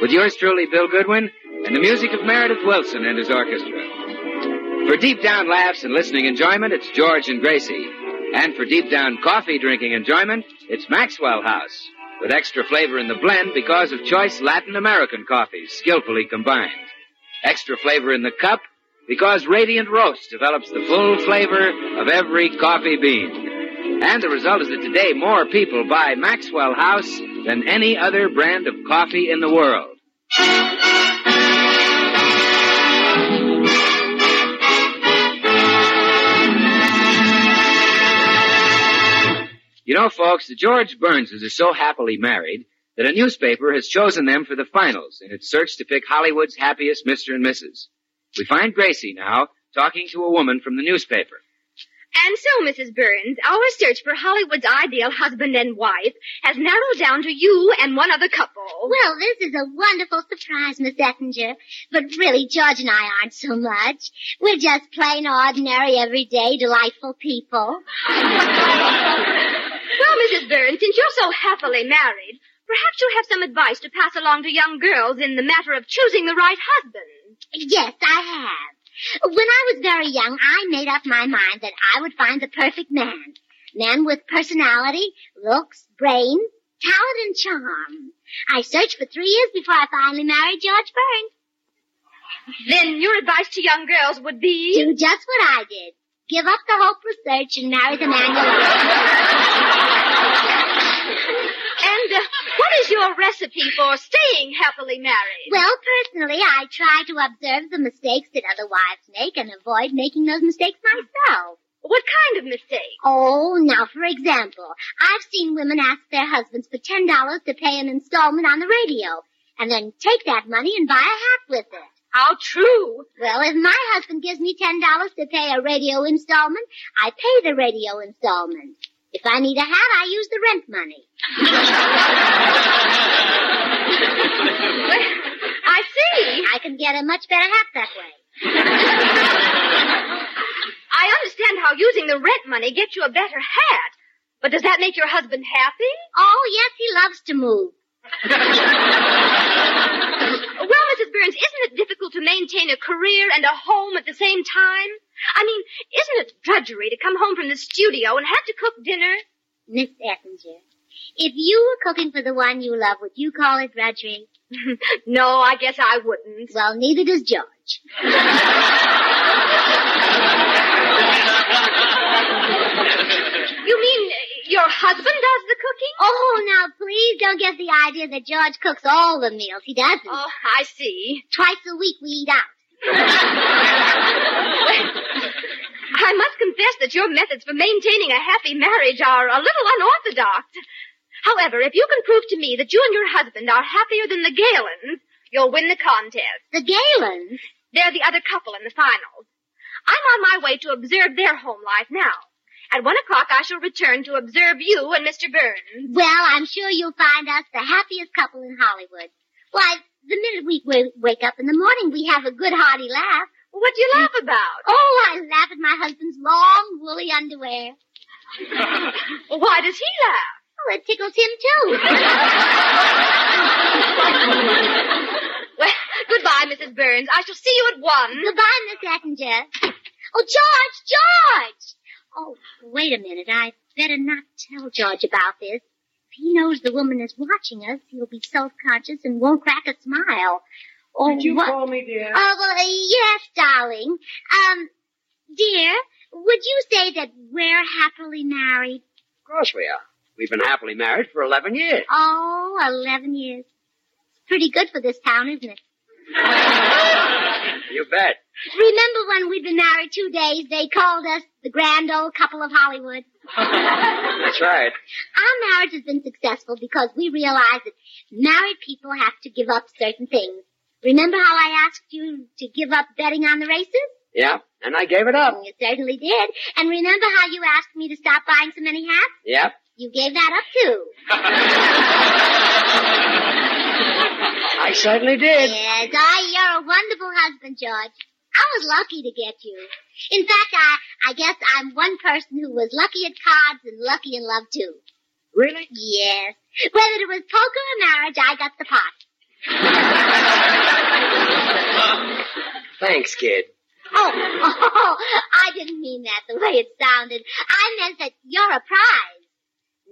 Speaker 11: With yours truly, Bill Goodwin, and the music of Meredith Wilson and his orchestra. For deep down laughs and listening enjoyment, it's George and Gracie. And for deep down coffee drinking enjoyment, it's Maxwell House with extra flavor in the blend because of choice Latin American coffees skillfully combined. Extra flavor in the cup because Radiant Roast develops the full flavor of every coffee bean. And the result is that today more people buy Maxwell House than any other brand of coffee in the world. You know, folks, the George Burnses are so happily married that a newspaper has chosen them for the finals in its search to pick Hollywood's happiest Mr. and Mrs. We find Gracie now talking to a woman from the newspaper.
Speaker 12: And so, Mrs. Burns, our search for Hollywood's ideal husband and wife has narrowed down to you and one other couple.
Speaker 13: Well, this is a wonderful surprise, Miss Ettinger. But really, George and I aren't so much. We're just plain, ordinary, everyday, delightful people.
Speaker 12: Well, Mrs. Burns, since you're so happily married, perhaps you have some advice to pass along to young girls in the matter of choosing the right husband.
Speaker 13: Yes, I have. When I was very young, I made up my mind that I would find the perfect man. Man with personality, looks, brains, talent, and charm. I searched for three years before I finally married George Burns.
Speaker 12: Then your advice to young girls would be?
Speaker 13: Do just what I did. Give up the hopeless search and marry the man
Speaker 12: [laughs]
Speaker 13: you love.
Speaker 12: And uh, what is your recipe for staying happily married?
Speaker 13: Well, personally, I try to observe the mistakes that other wives make and avoid making those mistakes myself.
Speaker 12: What kind of mistake?
Speaker 13: Oh, now for example, I've seen women ask their husbands for ten dollars to pay an installment on the radio, and then take that money and buy a hat with it.
Speaker 12: How true!
Speaker 13: Well, if my husband gives me ten dollars to pay a radio installment, I pay the radio installment. If I need a hat, I use the rent money.
Speaker 12: I see.
Speaker 13: [laughs] I can get a much better hat that way.
Speaker 12: [laughs] I understand how using the rent money gets you a better hat, but does that make your husband happy?
Speaker 13: Oh, yes, he loves to move.
Speaker 12: [laughs] Well, Mrs. Burns, isn't it difficult to maintain a career and a home at the same time? I mean, isn't it drudgery to come home from the studio and have to cook dinner?
Speaker 13: Miss Ettinger, if you were cooking for the one you love, would you call it drudgery?
Speaker 12: [laughs] no, I guess I wouldn't.
Speaker 13: Well, neither does George.
Speaker 12: You mean uh, your husband does the cooking?
Speaker 13: Oh, now please don't get the idea that George cooks all the meals. He doesn't.
Speaker 12: Oh, I see.
Speaker 13: Twice a week we eat out.
Speaker 12: [laughs] I must confess that your methods for maintaining a happy marriage are a little unorthodox. However, if you can prove to me that you and your husband are happier than the Galens, you'll win the contest.
Speaker 13: The Galens?
Speaker 12: They're the other couple in the finals. I'm on my way to observe their home life now. At one o'clock, I shall return to observe you and Mr. Burns.
Speaker 13: Well, I'm sure you'll find us the happiest couple in Hollywood. Why, the minute we w- wake up in the morning, we have a good hearty laugh.
Speaker 12: What do you laugh about?
Speaker 13: Oh, I laugh at my husband's long, woolly underwear.
Speaker 12: [laughs] Why does he laugh?
Speaker 13: Oh, it tickles him,
Speaker 12: [laughs]
Speaker 13: too.
Speaker 12: Well, [laughs] goodbye, Mrs. Burns. I shall see you at one.
Speaker 13: Goodbye, Miss Attinger. Oh, George, George! Oh, wait a minute. I'd better not tell George about this. If he knows the woman is watching us, he'll be self-conscious and won't crack a smile. Oh,
Speaker 14: Did you
Speaker 13: what-
Speaker 14: call me, dear?
Speaker 13: Oh, well, uh, yes, darling. Um, dear, would you say that we're happily married?
Speaker 15: Of course we are. We've been happily married for 11 years.
Speaker 13: Oh, eleven years. It's pretty good for this town, isn't it?
Speaker 15: You bet.
Speaker 13: Remember when we'd been married two days, they called us the grand old couple of Hollywood?
Speaker 15: That's right.
Speaker 13: Our marriage has been successful because we realize that married people have to give up certain things. Remember how I asked you to give up betting on the races?
Speaker 15: Yeah, and I gave it up.
Speaker 13: You certainly did. And remember how you asked me to stop buying so many hats?
Speaker 15: Yep.
Speaker 13: You gave that up too.
Speaker 15: [laughs] I certainly did.
Speaker 13: Yes, I, you're a wonderful husband, George. I was lucky to get you. In fact, I, I guess I'm one person who was lucky at cards and lucky in love too.
Speaker 15: Really?
Speaker 13: Yes. Whether it was poker or marriage, I got the pot.
Speaker 15: Thanks, kid.
Speaker 13: Oh, [laughs] oh, I didn't mean that the way it sounded. I meant that you're a prize.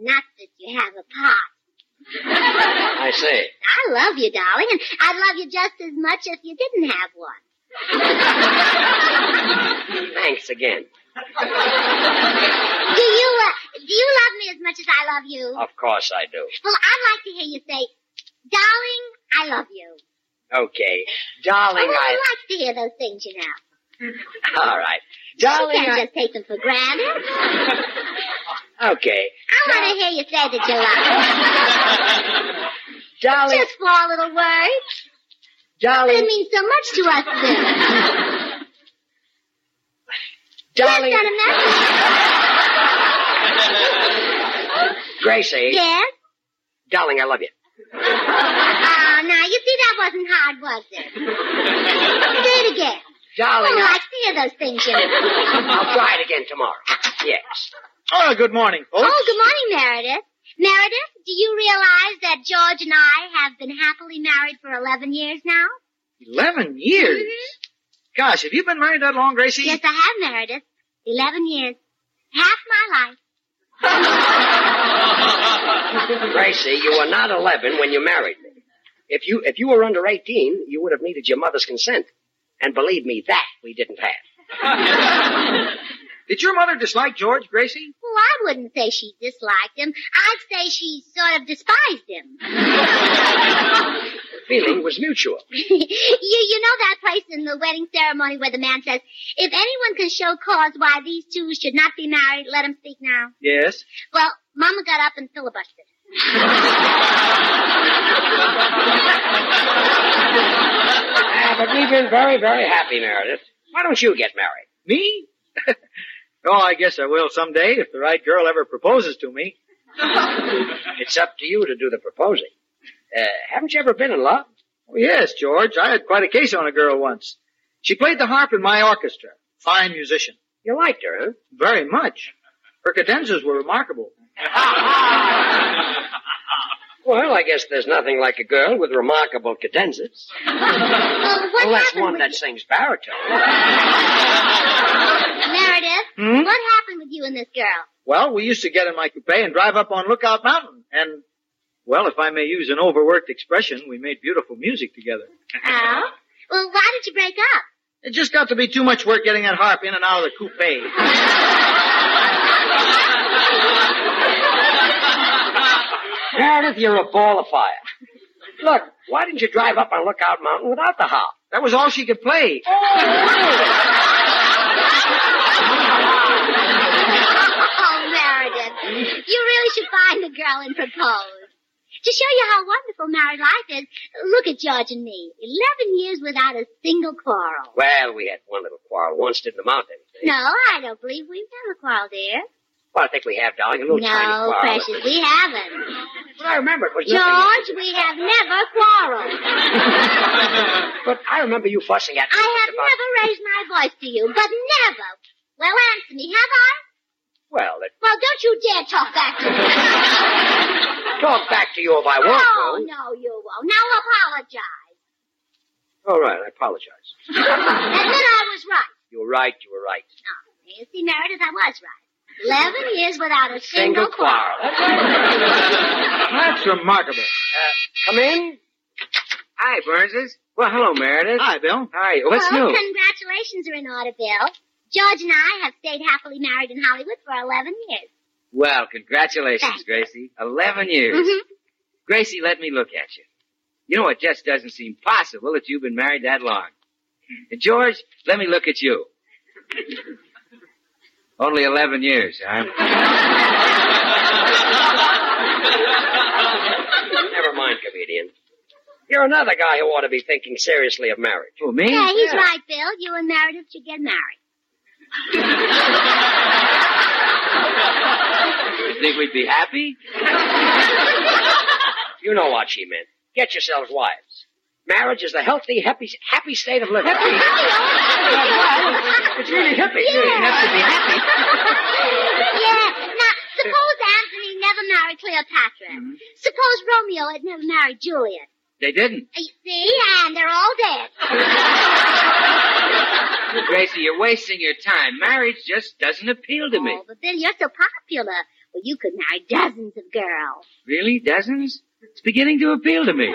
Speaker 13: Not that you have a pot.
Speaker 15: I see.
Speaker 13: I love you, darling, and I'd love you just as much if you didn't have one.
Speaker 15: Thanks again.
Speaker 13: Do you, uh, do you love me as much as I love you?
Speaker 15: Of course I do.
Speaker 13: Well, I'd like to hear you say, darling, I love you.
Speaker 15: Okay. Darling,
Speaker 13: oh, well,
Speaker 15: I...
Speaker 13: like to hear those things, you know.
Speaker 15: All right. Darling,
Speaker 13: you can't
Speaker 15: I...
Speaker 13: just take them for granted.
Speaker 15: Okay.
Speaker 13: I want to hear you say that you
Speaker 15: [laughs]
Speaker 13: love me.
Speaker 15: Darling.
Speaker 13: Just four little words.
Speaker 15: Darling.
Speaker 13: It means so much to
Speaker 15: [laughs]
Speaker 13: us, then.
Speaker 15: Darling.
Speaker 13: That's not a
Speaker 15: [laughs]
Speaker 13: message.
Speaker 15: Gracie.
Speaker 13: Yes?
Speaker 15: Darling, I love you.
Speaker 13: Oh, now, you see, that wasn't hard, was it? Say it again.
Speaker 15: Darling, I...
Speaker 13: Oh, I see those things, you know.
Speaker 15: I'll try it again tomorrow. Yes.
Speaker 16: Oh, good morning, folks.
Speaker 13: Oh, good morning, Meredith. Meredith, do you realize that George and I have been happily married for 11 years now? Mm-hmm.
Speaker 16: Eleven years. Gosh, have you been married that long, Gracie?
Speaker 13: Yes, I have, Meredith. 11 years. Half my life.
Speaker 15: Gracie, you were not 11 when you married me. If you, if you were under 18, you would have needed your mother's consent. And believe me, that we didn't have.
Speaker 16: Did your mother dislike George, Gracie?
Speaker 13: Well, I wouldn't say she disliked him. I'd say she sort of despised him. [laughs]
Speaker 15: The feeling was mutual.
Speaker 13: you, you know that place in the wedding ceremony where the man says, if anyone can show cause why these two should not be married, let him speak now.
Speaker 16: Yes.
Speaker 13: Well, Mama got up and filibustered.
Speaker 15: Ah, but we've been very, very happy, Meredith. Why don't you get married?
Speaker 16: Me? [laughs] oh, I guess I will someday if the right girl ever proposes to me.
Speaker 15: It's up to you to do the proposing. Uh, haven't you ever been in love?
Speaker 16: Oh, yes, George. I had quite a case on a girl once. She played the harp in my orchestra. Fine musician.
Speaker 15: You liked her, huh?
Speaker 16: Very much. Her cadenzas were remarkable.
Speaker 15: Well, uh, I guess there's nothing like a girl with remarkable cadenzas. Unless one that sings baritone.
Speaker 13: [laughs] Meredith,
Speaker 16: Hmm?
Speaker 13: what happened with you and this girl?
Speaker 16: Well, we used to get in my coupe and drive up on Lookout Mountain. And, well, if I may use an overworked expression, we made beautiful music together.
Speaker 13: Oh? Well, why did you break up? [laughs]
Speaker 16: It just got to be too much work getting that harp in and out of the coupe.
Speaker 15: Meredith, you're a ball of fire. Look, why didn't you drive up on Lookout Mountain without the harp?
Speaker 16: That was all she could play.
Speaker 13: Oh, Meredith, you really should find the girl and propose. To show you how wonderful married life is, look at George and me. Eleven years without a single quarrel.
Speaker 15: Well, we had one little quarrel once, didn't amount to anything.
Speaker 13: No, I don't believe we've never quarreled, dear.
Speaker 15: Well, I think we have, darling, a little tiny
Speaker 13: No,
Speaker 15: quarrel.
Speaker 13: precious, we haven't.
Speaker 15: Well, I remember it was nothing.
Speaker 13: George, we have never quarreled.
Speaker 15: But I remember you fussing at me.
Speaker 13: I have never raised my voice to you, but never. Well, answer me, have I?
Speaker 15: Well, it-
Speaker 13: Well, don't you dare talk back to me.
Speaker 15: talk back to you if I want
Speaker 13: Oh,
Speaker 15: to.
Speaker 13: no, you won't. Now apologize.
Speaker 15: All right, I apologize.
Speaker 13: Admit I was right.
Speaker 15: You were right, you were right.
Speaker 13: You see, Meredith, I was right. Eleven years without a single,
Speaker 15: Single quarrel.
Speaker 16: That's remarkable.
Speaker 15: Uh, Come in. Hi, Burnses. Well, hello, Meredith. Hi, Bill. How are you? What's
Speaker 13: well,
Speaker 15: new?
Speaker 13: congratulations are in order, Bill. George and I have stayed happily married in Hollywood for eleven years.
Speaker 11: Well, congratulations, Gracie. Eleven years.
Speaker 13: Mm-hmm.
Speaker 11: Gracie, let me look at you. You know, it just doesn't seem possible that you've been married that long. And George, let me look at you. Only eleven years, huh?
Speaker 15: Never mind, comedian. You're another guy who ought to be thinking seriously of marriage.
Speaker 11: Who,
Speaker 13: Yeah, he's right, Bill. You and Meredith should get married.
Speaker 11: [laughs] You think we'd be [laughs] happy?
Speaker 15: You know what she meant. Get yourselves wives. Marriage is the healthy, happy, happy state of living. [laughs] It's really hippie. You don't have to be happy.
Speaker 13: yeah. Now, suppose Anthony never married Cleopatra. Suppose Romeo had never married Juliet.
Speaker 11: They didn't.
Speaker 13: You see? And they're all dead.
Speaker 11: Gracie, you're wasting your time. Marriage just doesn't appeal to me.
Speaker 13: Oh, but Bill, you're so popular. Well, you could marry dozens of girls.
Speaker 11: Really? Dozens? It's beginning to appeal to me.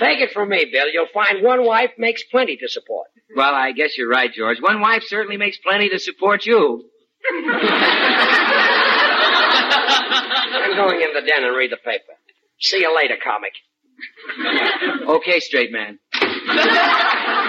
Speaker 15: Take it from me, Bill. You'll find one wife makes plenty to support.
Speaker 11: Well, I guess you're right, George. One wife certainly makes plenty to support you.
Speaker 15: I'm going in the den and read the paper. See you later, comic.
Speaker 11: Okay, straight man.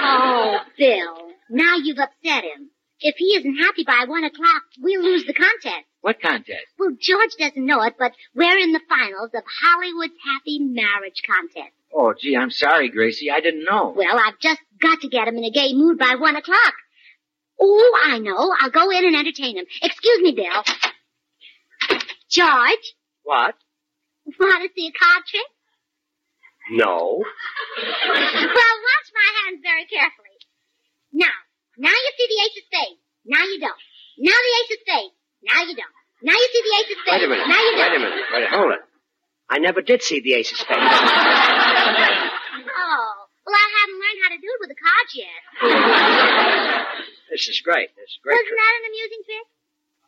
Speaker 13: Oh, Bill. Now you've upset him. If he isn't happy by one o'clock, we'll lose the contest.
Speaker 11: What contest?
Speaker 13: Well, George doesn't know it, but we're in the finals of Hollywood's Happy Marriage Contest.
Speaker 11: Oh, gee, I'm sorry, Gracie. I didn't know.
Speaker 13: Well, I've just got to get him in a gay mood by one o'clock. Oh, I know. I'll go in and entertain him. Excuse me, Bill. George,
Speaker 15: What?
Speaker 13: want to see a card trick?
Speaker 15: No.
Speaker 13: well, watch my hands very carefully. Now, now you see the ace of spades. Now you don't. Now the ace of spades. Now you don't. Now you see the ace of spades.
Speaker 15: Wait a minute.
Speaker 13: Now you don't.
Speaker 15: Wait a minute. Wait a Hold it. I never did see the ace of spades.
Speaker 13: Oh, well, I haven't learned how to do it with the cards yet.
Speaker 15: this is great. This is great.
Speaker 13: Wasn't that an amusing trick?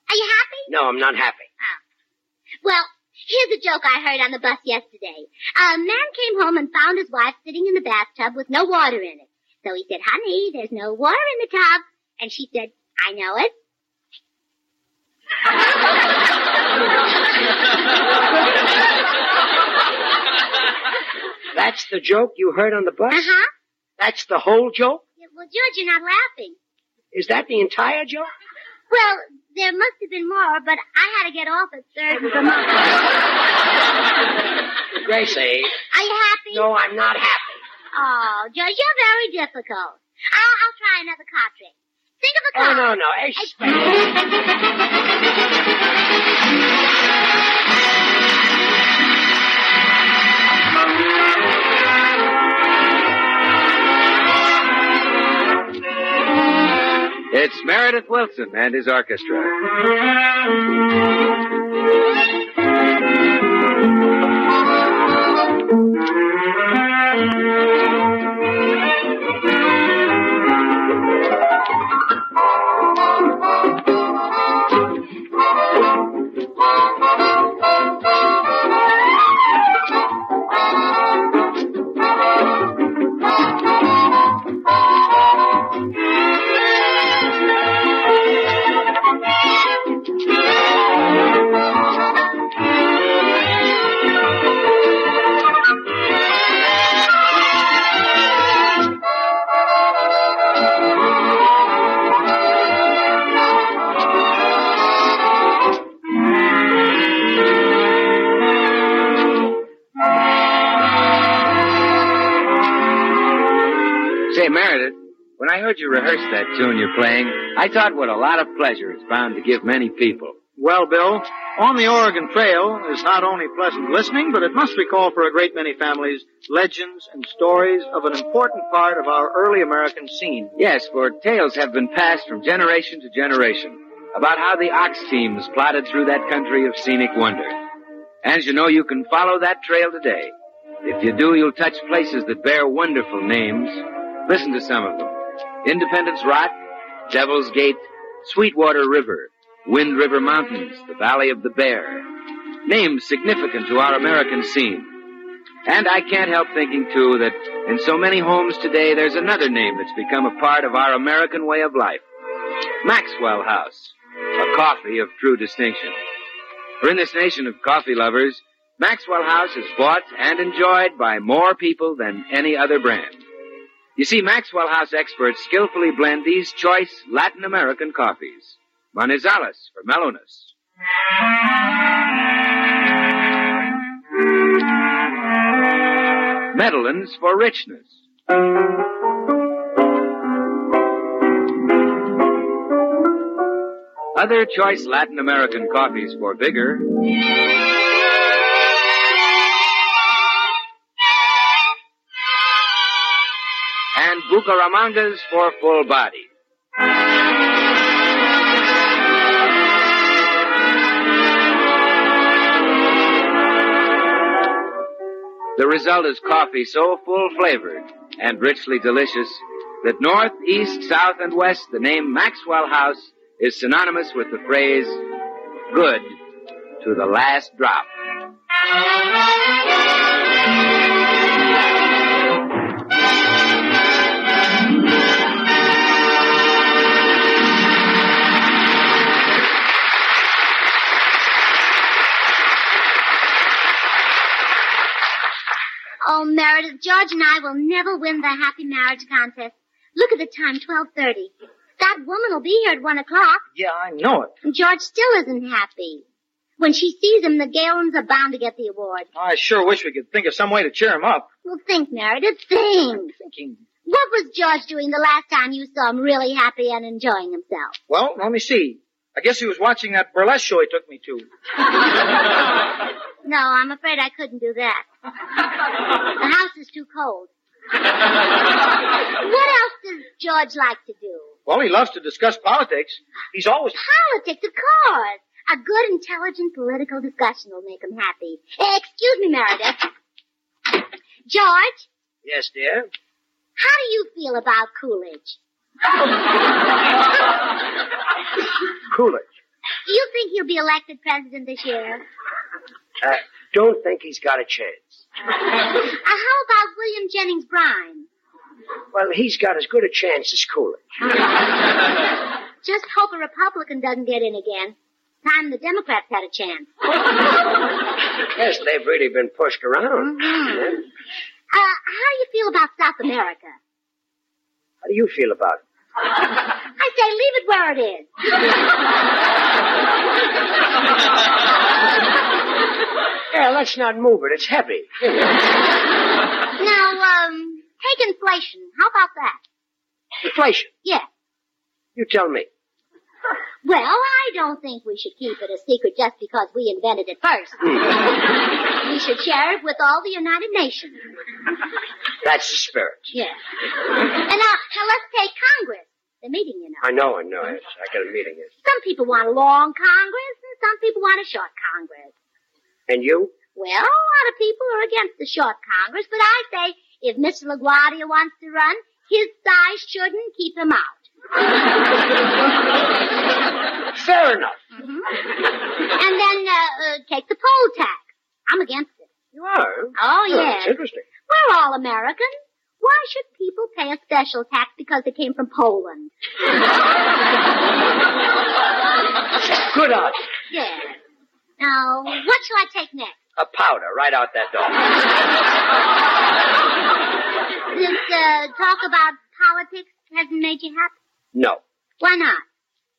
Speaker 13: Are you happy?
Speaker 15: No, I'm not happy.
Speaker 13: Well, here's a joke I heard on the bus yesterday. A man came home and found his wife sitting in the bathtub with no water in it. So he said, honey, there's no water in the tub. And she said, I know it.
Speaker 15: That's the joke you heard on the bus?
Speaker 13: Uh-huh.
Speaker 15: That's the whole joke?
Speaker 13: Yeah, Well, George, you're not laughing.
Speaker 15: Is that the entire joke?
Speaker 13: Well, there must have been more, but I had to get off at third and Vermont.
Speaker 15: Gracie.
Speaker 13: Are you happy?
Speaker 15: No, I'm not happy.
Speaker 13: Oh, George, you're very difficult. I'll, I'll try another card trick. Think of a
Speaker 15: Oh,
Speaker 13: card.
Speaker 15: no, no. Ace of spades.
Speaker 4: It's Meredith Wilson and his orchestra.
Speaker 13: Thank
Speaker 11: Say, Meredith, when I heard you rehearse that tune you're playing, I thought what a lot of pleasure it's bound to give many people.
Speaker 16: Well, Bill, on the Oregon Trail is not only pleasant listening, but it must recall for a great many families legends and stories of an important part of our early American scene.
Speaker 11: Yes, for tales have been passed from generation to generation about how the ox teams plodded through that country of scenic wonder. And you know, you can follow that trail today. If you do, you'll touch places that bear wonderful names. Listen to some of them. Independence Rock, Devil's Gate, Sweetwater River, Wind River Mountains, the Valley of the Bear. Names significant to our American scene. And I can't help thinking, too, that in so many homes today, there's another name that's become a part of our American way of life. Maxwell House, a coffee of true distinction. For in this nation of coffee lovers, Maxwell House is bought and enjoyed by more people than any other brand. You see, Maxwell House experts skillfully blend these choice Latin American coffees. Manizales for mellowness. Medellins for richness. Other choice Latin American coffees for vigor. And Bucaramangas for full body. The result is coffee so full flavored and richly delicious that north, east, south, and west, the name Maxwell House is synonymous with the phrase good to the last drop.
Speaker 13: Oh, Meredith, George and I will never win the happy marriage contest. Look at the time, 12.30. That woman will be here at 1 o'clock.
Speaker 16: Yeah, I know it.
Speaker 13: And George still isn't happy. When she sees him, the Galens are bound to get the award.
Speaker 16: I sure wish we could think of some way to cheer him up.
Speaker 13: Well, think, Meredith, think.
Speaker 16: Thinking.
Speaker 13: What was George doing the last time you saw him really happy and enjoying himself?
Speaker 16: Well, let me see. I guess he was watching that burlesque show he took me to.
Speaker 13: No, I'm afraid I couldn't do that. The house is too
Speaker 16: [laughs]
Speaker 13: cold. What else does George like to do?
Speaker 16: Well, he loves to discuss politics. He's always.
Speaker 13: Politics, of course. A good, intelligent political discussion will make him happy. Eh, Excuse me, Meredith. George,
Speaker 15: Yes, dear.
Speaker 13: how do you feel about Coolidge?
Speaker 15: Coolidge.
Speaker 13: Do you think he'll be elected president this year?
Speaker 15: Uh, don't think he's got a chance.
Speaker 13: Uh, how about William Jennings Bryan?
Speaker 15: Well, he's got as good a chance as Coolidge.
Speaker 13: Just hope a Republican doesn't get in again. Time the Democrats had a chance.
Speaker 15: Yes, they've really been pushed around. Yeah.
Speaker 13: Uh, how do you feel about South America?
Speaker 15: How do you feel about it?
Speaker 13: I say leave it where it is.
Speaker 15: Yeah, let's not move it. It's heavy.
Speaker 13: Now, um, take inflation. How about that?
Speaker 15: Inflation.
Speaker 13: Yeah.
Speaker 15: You tell me.
Speaker 13: Well, I don't think we should keep it a secret just because we invented it first. we should share it with all the United Nations.
Speaker 15: That's the spirit.
Speaker 13: Yeah. And now, now let's take Congress. The meeting, you know.
Speaker 15: I know, I know. I, I got a meeting. here.
Speaker 13: Some people want a long Congress and some people want a short Congress.
Speaker 15: And you?
Speaker 13: Well, a lot of people are against the short Congress, but I say if Mr. LaGuardia wants to run, his size shouldn't keep him out.
Speaker 15: Fair enough.
Speaker 13: And then uh, uh, take the poll tax. I'm against it.
Speaker 15: You are?
Speaker 13: Oh,
Speaker 15: Well,
Speaker 13: yes.
Speaker 15: That's interesting.
Speaker 13: We're all Americans. Why should people pay a special tax because they came from Poland?
Speaker 15: Good odds.
Speaker 13: Yes. Now, what shall I take next?
Speaker 15: A powder right out that door.
Speaker 13: This uh, talk about politics hasn't made you happy?
Speaker 15: no. [laughs]
Speaker 13: Why not?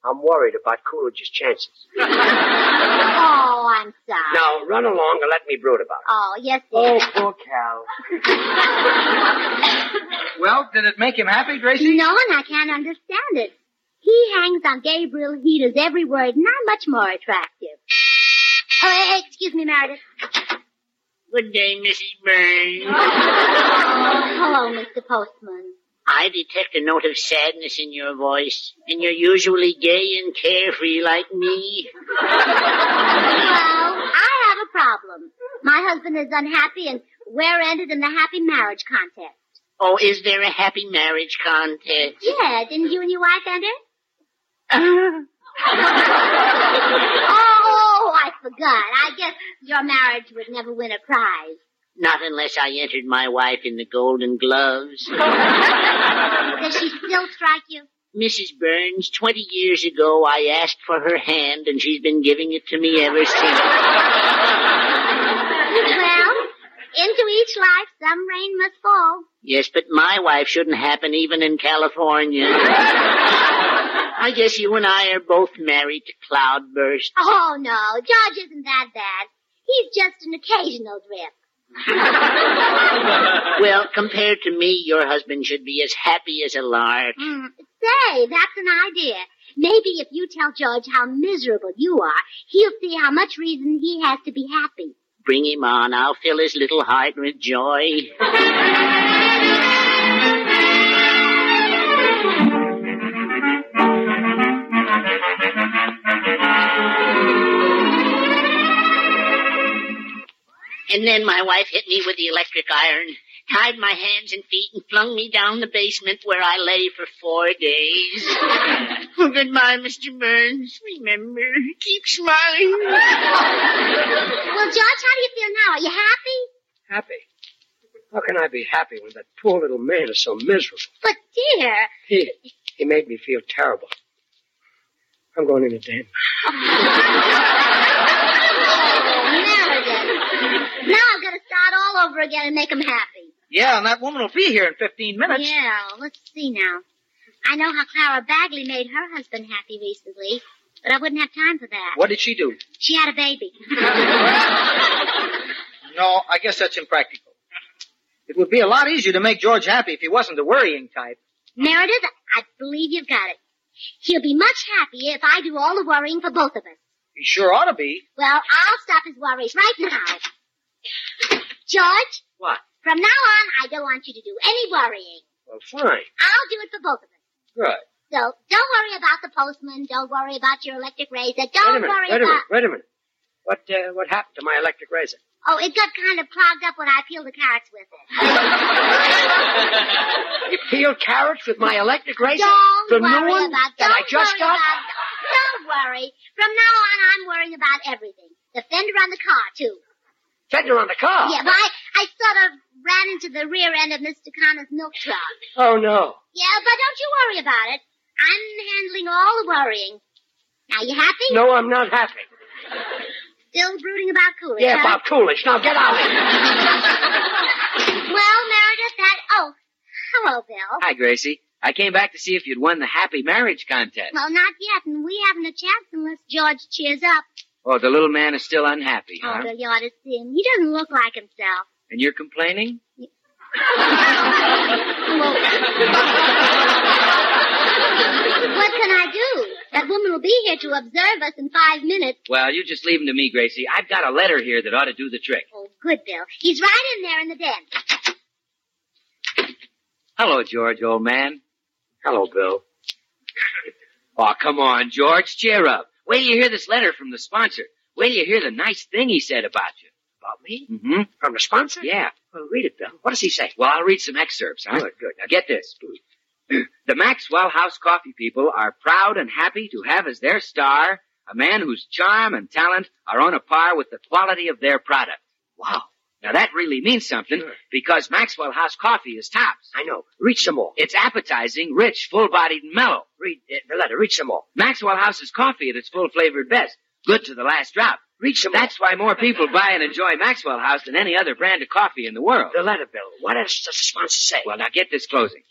Speaker 15: I'm worried about Coolidge's chances.
Speaker 13: Oh, I'm sorry.
Speaker 15: Now, run along and let me brood about it.
Speaker 13: Oh, yes, dear.
Speaker 15: Oh, poor cow. Oh.
Speaker 13: [laughs]
Speaker 17: Well, did it make him happy, Gracie?
Speaker 13: No, and I can't understand it. He hangs on Gabriel Heater's every word, and I'm much more attractive. Oh, eh, eh, excuse me, Meredith.
Speaker 14: Good day, Mrs. Burns.
Speaker 13: Oh, hello, Mr. Postman.
Speaker 14: I detect a note of sadness in your voice, and you're usually gay and carefree like me.
Speaker 13: Well, I have a problem. My husband is unhappy, and we're ended in the happy marriage contest.
Speaker 14: Oh, is there a happy marriage contest?
Speaker 13: Yeah, didn't you and your wife enter?
Speaker 14: [laughs] Oh.
Speaker 13: oh, I forgot. I guess your marriage would never win a prize.
Speaker 14: Not unless I entered my wife in the golden gloves.
Speaker 13: Does she still strike you?
Speaker 14: Mrs. Burns, 20 years ago, I asked for her hand, and she's been giving it to me ever since.
Speaker 13: Well, into each life some rain must fall.
Speaker 14: Yes, but my wife shouldn't happen even in California. [laughs] I guess you and I are both married to cloudbursts.
Speaker 13: Oh no, George isn't that bad. He's just an occasional drip.
Speaker 14: Well, compared to me, your husband should be as happy as a lark.
Speaker 13: Mm, Say, that's an idea. Maybe if you tell George how miserable you are, he'll see how much reason he has to be happy.
Speaker 14: Bring him on. I'll fill his little heart with joy. And then my wife hit me with the electric iron, tied my hands and feet, and flung me down the basement where I lay for four days. [laughs] well, goodbye, Mr. Burns. Remember, keep smiling.
Speaker 13: Well, George, how do you feel now? Are you happy?
Speaker 15: Happy? How can I be happy when that poor little man is so miserable?
Speaker 13: But dear,
Speaker 15: He, he made me feel terrible. I'm going in to den.
Speaker 13: now I've got to start all over again and make him happy.
Speaker 16: Yeah, and that woman will be here in 15 minutes.
Speaker 13: Yeah, let's see now. I know how Clara Bagley made her husband happy recently, but I wouldn't have time for that.
Speaker 16: What did she do?
Speaker 13: She had a
Speaker 16: [laughs]
Speaker 13: baby.
Speaker 16: No, I guess that's impractical. It would be a lot easier to make George happy if he wasn't the worrying type.
Speaker 13: Meredith, I believe you've got it. He'll be much happier if I do all the worrying for both of us.
Speaker 16: He sure ought to be.
Speaker 13: Well, I'll stop his worries right now. George,
Speaker 15: What?
Speaker 13: from now on, I don't want you to do any worrying.
Speaker 15: Well, fine.
Speaker 13: I'll do it for both of us.
Speaker 15: Good.
Speaker 13: So don't worry about the postman. Don't worry about your electric razor. Don't
Speaker 15: Wait a minute,
Speaker 13: worry
Speaker 15: wait a
Speaker 13: about.
Speaker 15: minute, wait a minute. What, uh, what happened to my electric razor?
Speaker 13: Oh, it got kind of clogged up when I peeled the carrots with it.
Speaker 15: You peeled carrots with [laughs] my electric razor? the
Speaker 13: Don't worry
Speaker 15: new one
Speaker 13: about.
Speaker 15: that
Speaker 13: Don't
Speaker 15: I just
Speaker 13: worry
Speaker 15: got?
Speaker 13: About, don't worry. From now on, I'm worrying about everything. The fender on the car too.
Speaker 15: Fender on the car?
Speaker 13: Yeah, but I, I sort of ran into the rear end of Mr. Connor's milk truck.
Speaker 15: Oh, no.
Speaker 13: Yeah, but don't you worry about it. I'm handling all the worrying. Now you happy?
Speaker 15: No, I'm not happy.
Speaker 13: Still brooding about Coolidge.
Speaker 15: Yeah,
Speaker 13: huh?
Speaker 15: Bob Coolidge. Now get out of here.
Speaker 13: well, Meredith, that. Oh, hello, Bill.
Speaker 11: Hi, Gracie. I came back to see if you'd won the happy marriage contest.
Speaker 13: Well, not yet, and we haven't a chance unless George cheers up.
Speaker 11: Oh, the little man is still unhappy,
Speaker 13: Oh,
Speaker 11: huh?
Speaker 13: Bill, you ought to see him. He doesn't look like himself.
Speaker 11: And you're complaining?
Speaker 13: What can I do? That woman will be here to observe us in five minutes.
Speaker 11: Well, you just leave him to me, Gracie. I've got a letter here that ought to do the trick.
Speaker 13: Oh, good, Bill. He's right in there in the den.
Speaker 11: Hello, George, old man. Hello, [laughs] Bill. Aw, come on, George. Cheer up. Wait till you hear this letter from the sponsor. Wait till you hear the nice thing he said about you. About me? Mm-hmm. From the sponsor? Yeah. Well, read it, Bill. What does he say? Well, I'll read some excerpts, huh? Good, good. Now get this. [clears throat] the Maxwell House Coffee people are proud and happy to have as their star a man whose charm and talent are on a par with the quality of their product. Wow. Now that really means something because Maxwell House coffee is tops. I know. Read some more. It's appetizing, rich, full-bodied, and mellow. Read uh, the letter. Read some more. Maxwell House's coffee at its full-flavored best. Good to the last drop. Read some That's why more people buy and enjoy Maxwell House than any other brand of coffee in the world. The letter, Bill. What does the sponsor say? Well, now get this closing.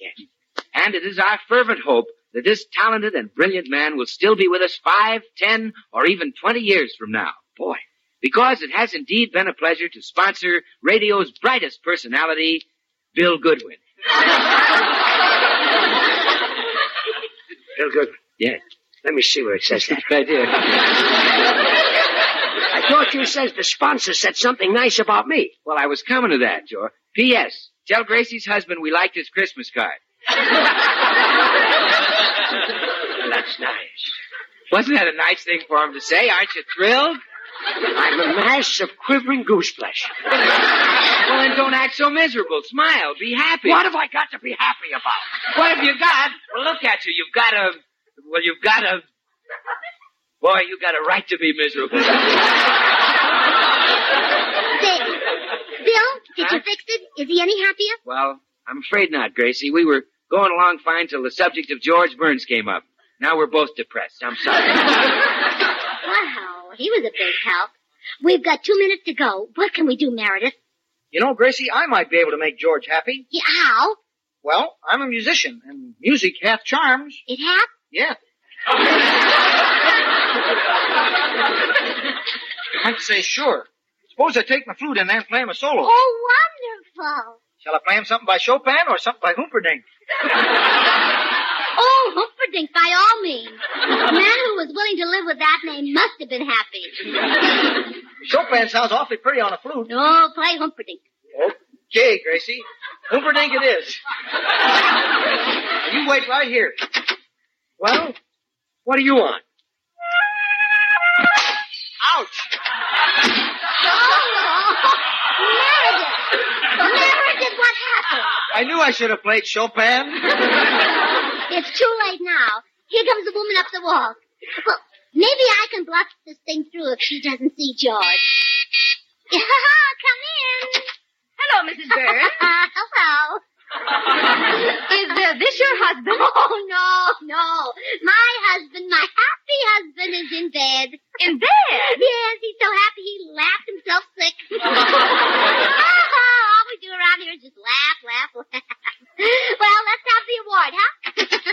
Speaker 11: And it is our fervent hope that this talented and brilliant man will still be with us five, ten, or even twenty years from now. Boy. Because it has indeed been a pleasure to sponsor radio's brightest personality, Bill Goodwin.
Speaker 15: Bill Goodwin.
Speaker 11: Yeah.
Speaker 15: Let me see where it says
Speaker 11: [laughs]
Speaker 15: that.
Speaker 11: I did.
Speaker 15: I thought you says the sponsor said something nice about me.
Speaker 11: Well, I was coming to that, Jor. P.S. Tell Gracie's husband we liked his Christmas
Speaker 15: [laughs]
Speaker 11: card.
Speaker 15: That's nice.
Speaker 11: Wasn't that a nice thing for him to say? Aren't you thrilled?
Speaker 15: I'm a mass of quivering goose flesh.
Speaker 11: Well, then don't act so miserable. Smile. Be happy.
Speaker 15: What have I got to be happy about?
Speaker 11: What have you got? Well, look at you. You've got a. Well, you've got a. Boy, you got a right to be miserable.
Speaker 13: Bill, did you fix it? Is he any happier?
Speaker 11: well, I'm afraid not, Gracie. We were going along fine till the subject of George Burns came up. Now we're both depressed. I'm sorry.
Speaker 13: Wow, he was a big help. We've got two minutes to go. What can we do, Meredith?
Speaker 16: You know, Gracie, I might be able to make George happy.
Speaker 13: Yeah, how?
Speaker 16: Well, I'm a musician, and music hath charms.
Speaker 13: It hath?
Speaker 16: Yeah. I'd say sure. Suppose I take my flute and then play him a solo.
Speaker 13: Oh, wonderful.
Speaker 16: Shall I play him something by Chopin or something by Humperdinck?
Speaker 13: Oh, Humperdinck, by all means. A man who was willing to live with that name must have been
Speaker 16: [laughs]
Speaker 13: happy.
Speaker 16: Chopin sounds awfully pretty on a flute.
Speaker 13: No, play Humperdinck.
Speaker 16: Okay, Gracie. Humperdinck it is. You wait right here. Well, what do you want? Ouch!
Speaker 13: Meredith, what happened?
Speaker 16: I knew I should have played Chopin.
Speaker 13: It's too late now. Here comes the woman up the walk. Well, maybe I can bluff this thing through if she doesn't see George. [laughs] Come in.
Speaker 12: Hello, Mrs. Burns.
Speaker 13: [laughs] Hello.
Speaker 12: Is uh, this your husband?
Speaker 13: [laughs] Oh, no, no. My husband, my happy husband, is in bed.
Speaker 12: In bed?
Speaker 13: Yes, he's so happy he laughed himself sick. oh, [laughs] all we do around here is just laugh, laugh, [laughs] laugh. Well, let's have the award, huh?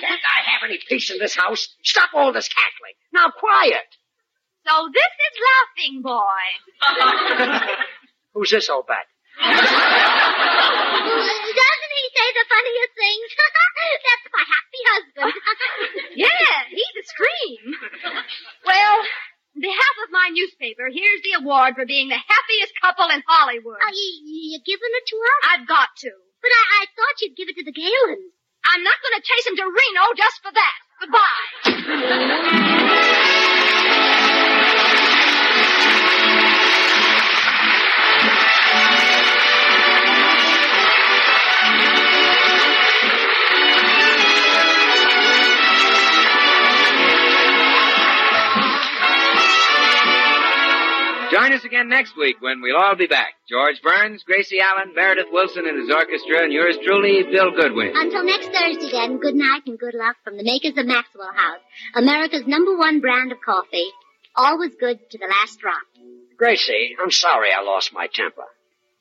Speaker 15: Can't I have any peace in this house? Stop all this cackling. Now, quiet.
Speaker 12: So this is Laughing Boy.
Speaker 15: [laughs] Who's this old bat?
Speaker 13: [laughs] Doesn't he say the funniest things? [laughs] That's my happy husband.
Speaker 12: yeah, he's a scream. Well, on behalf of my newspaper, here's the award for being the happiest couple in Hollywood.
Speaker 13: Oh, you, you're giving it to us?
Speaker 12: I've got to.
Speaker 13: But I, I thought you'd give it to the Galens.
Speaker 12: I'm not going to chase him to Reno just for that. Goodbye.
Speaker 13: [laughs]
Speaker 11: Join us again next week when we'll all be back. George Burns, Gracie Allen, Meredith Wilson and his orchestra, and yours truly, Bill Goodwin.
Speaker 13: Until next Thursday, then, good night and good luck from the makers of Maxwell House, America's number one brand of coffee. Always good to the last drop.
Speaker 15: Gracie, Eh, I'm sorry I lost my temper.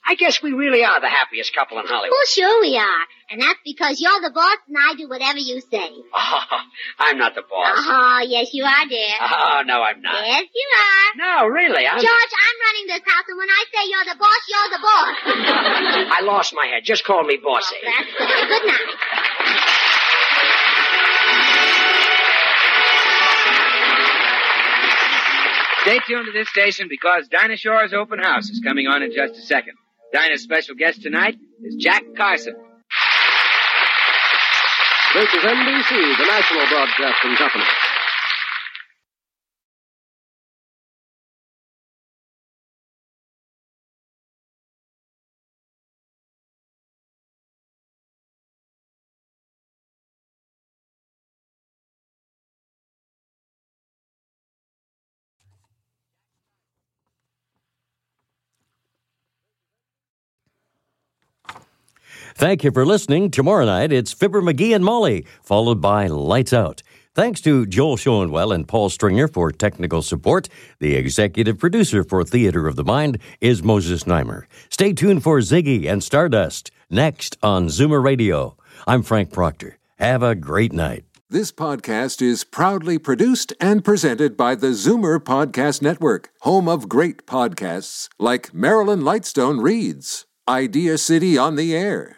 Speaker 15: I guess we really are the happiest couple in Hollywood.
Speaker 13: Well, sure we are. And that's because you're the boss and I do whatever you say.
Speaker 15: Ah, I'm not the boss.
Speaker 13: Oh, yes, you are, dear.
Speaker 15: Oh, no, I'm not.
Speaker 13: Yes, you are.
Speaker 15: No, really, I'm...
Speaker 13: George, I'm running this house, and when I say you're the boss, you're the boss.
Speaker 15: I lost my head. Just call me eh? bossy.
Speaker 13: That's
Speaker 15: [laughs]
Speaker 13: good. Good night.
Speaker 11: Stay tuned to this station because Dinah Shore's open house is coming on in just a second. Dinah's special guest tonight is Jack Carson.
Speaker 18: This is NBC, the National Broadcasting Company.
Speaker 1: Thank you for listening. Tomorrow night, it's Fibber McGee and Molly, followed by Lights Out. Thanks to Joel Schoenwell and Paul Stringer for technical support. The executive producer for Theater of the Mind is Moses Neimer. Stay tuned for Ziggy and Stardust next on Zoomer Radio. I'm Frank Proctor. Have a great night.
Speaker 6: This podcast is proudly produced and presented by the Zoomer Podcast Network, home of great podcasts like Marilyn Lightstone Reads, Idea City on the Air,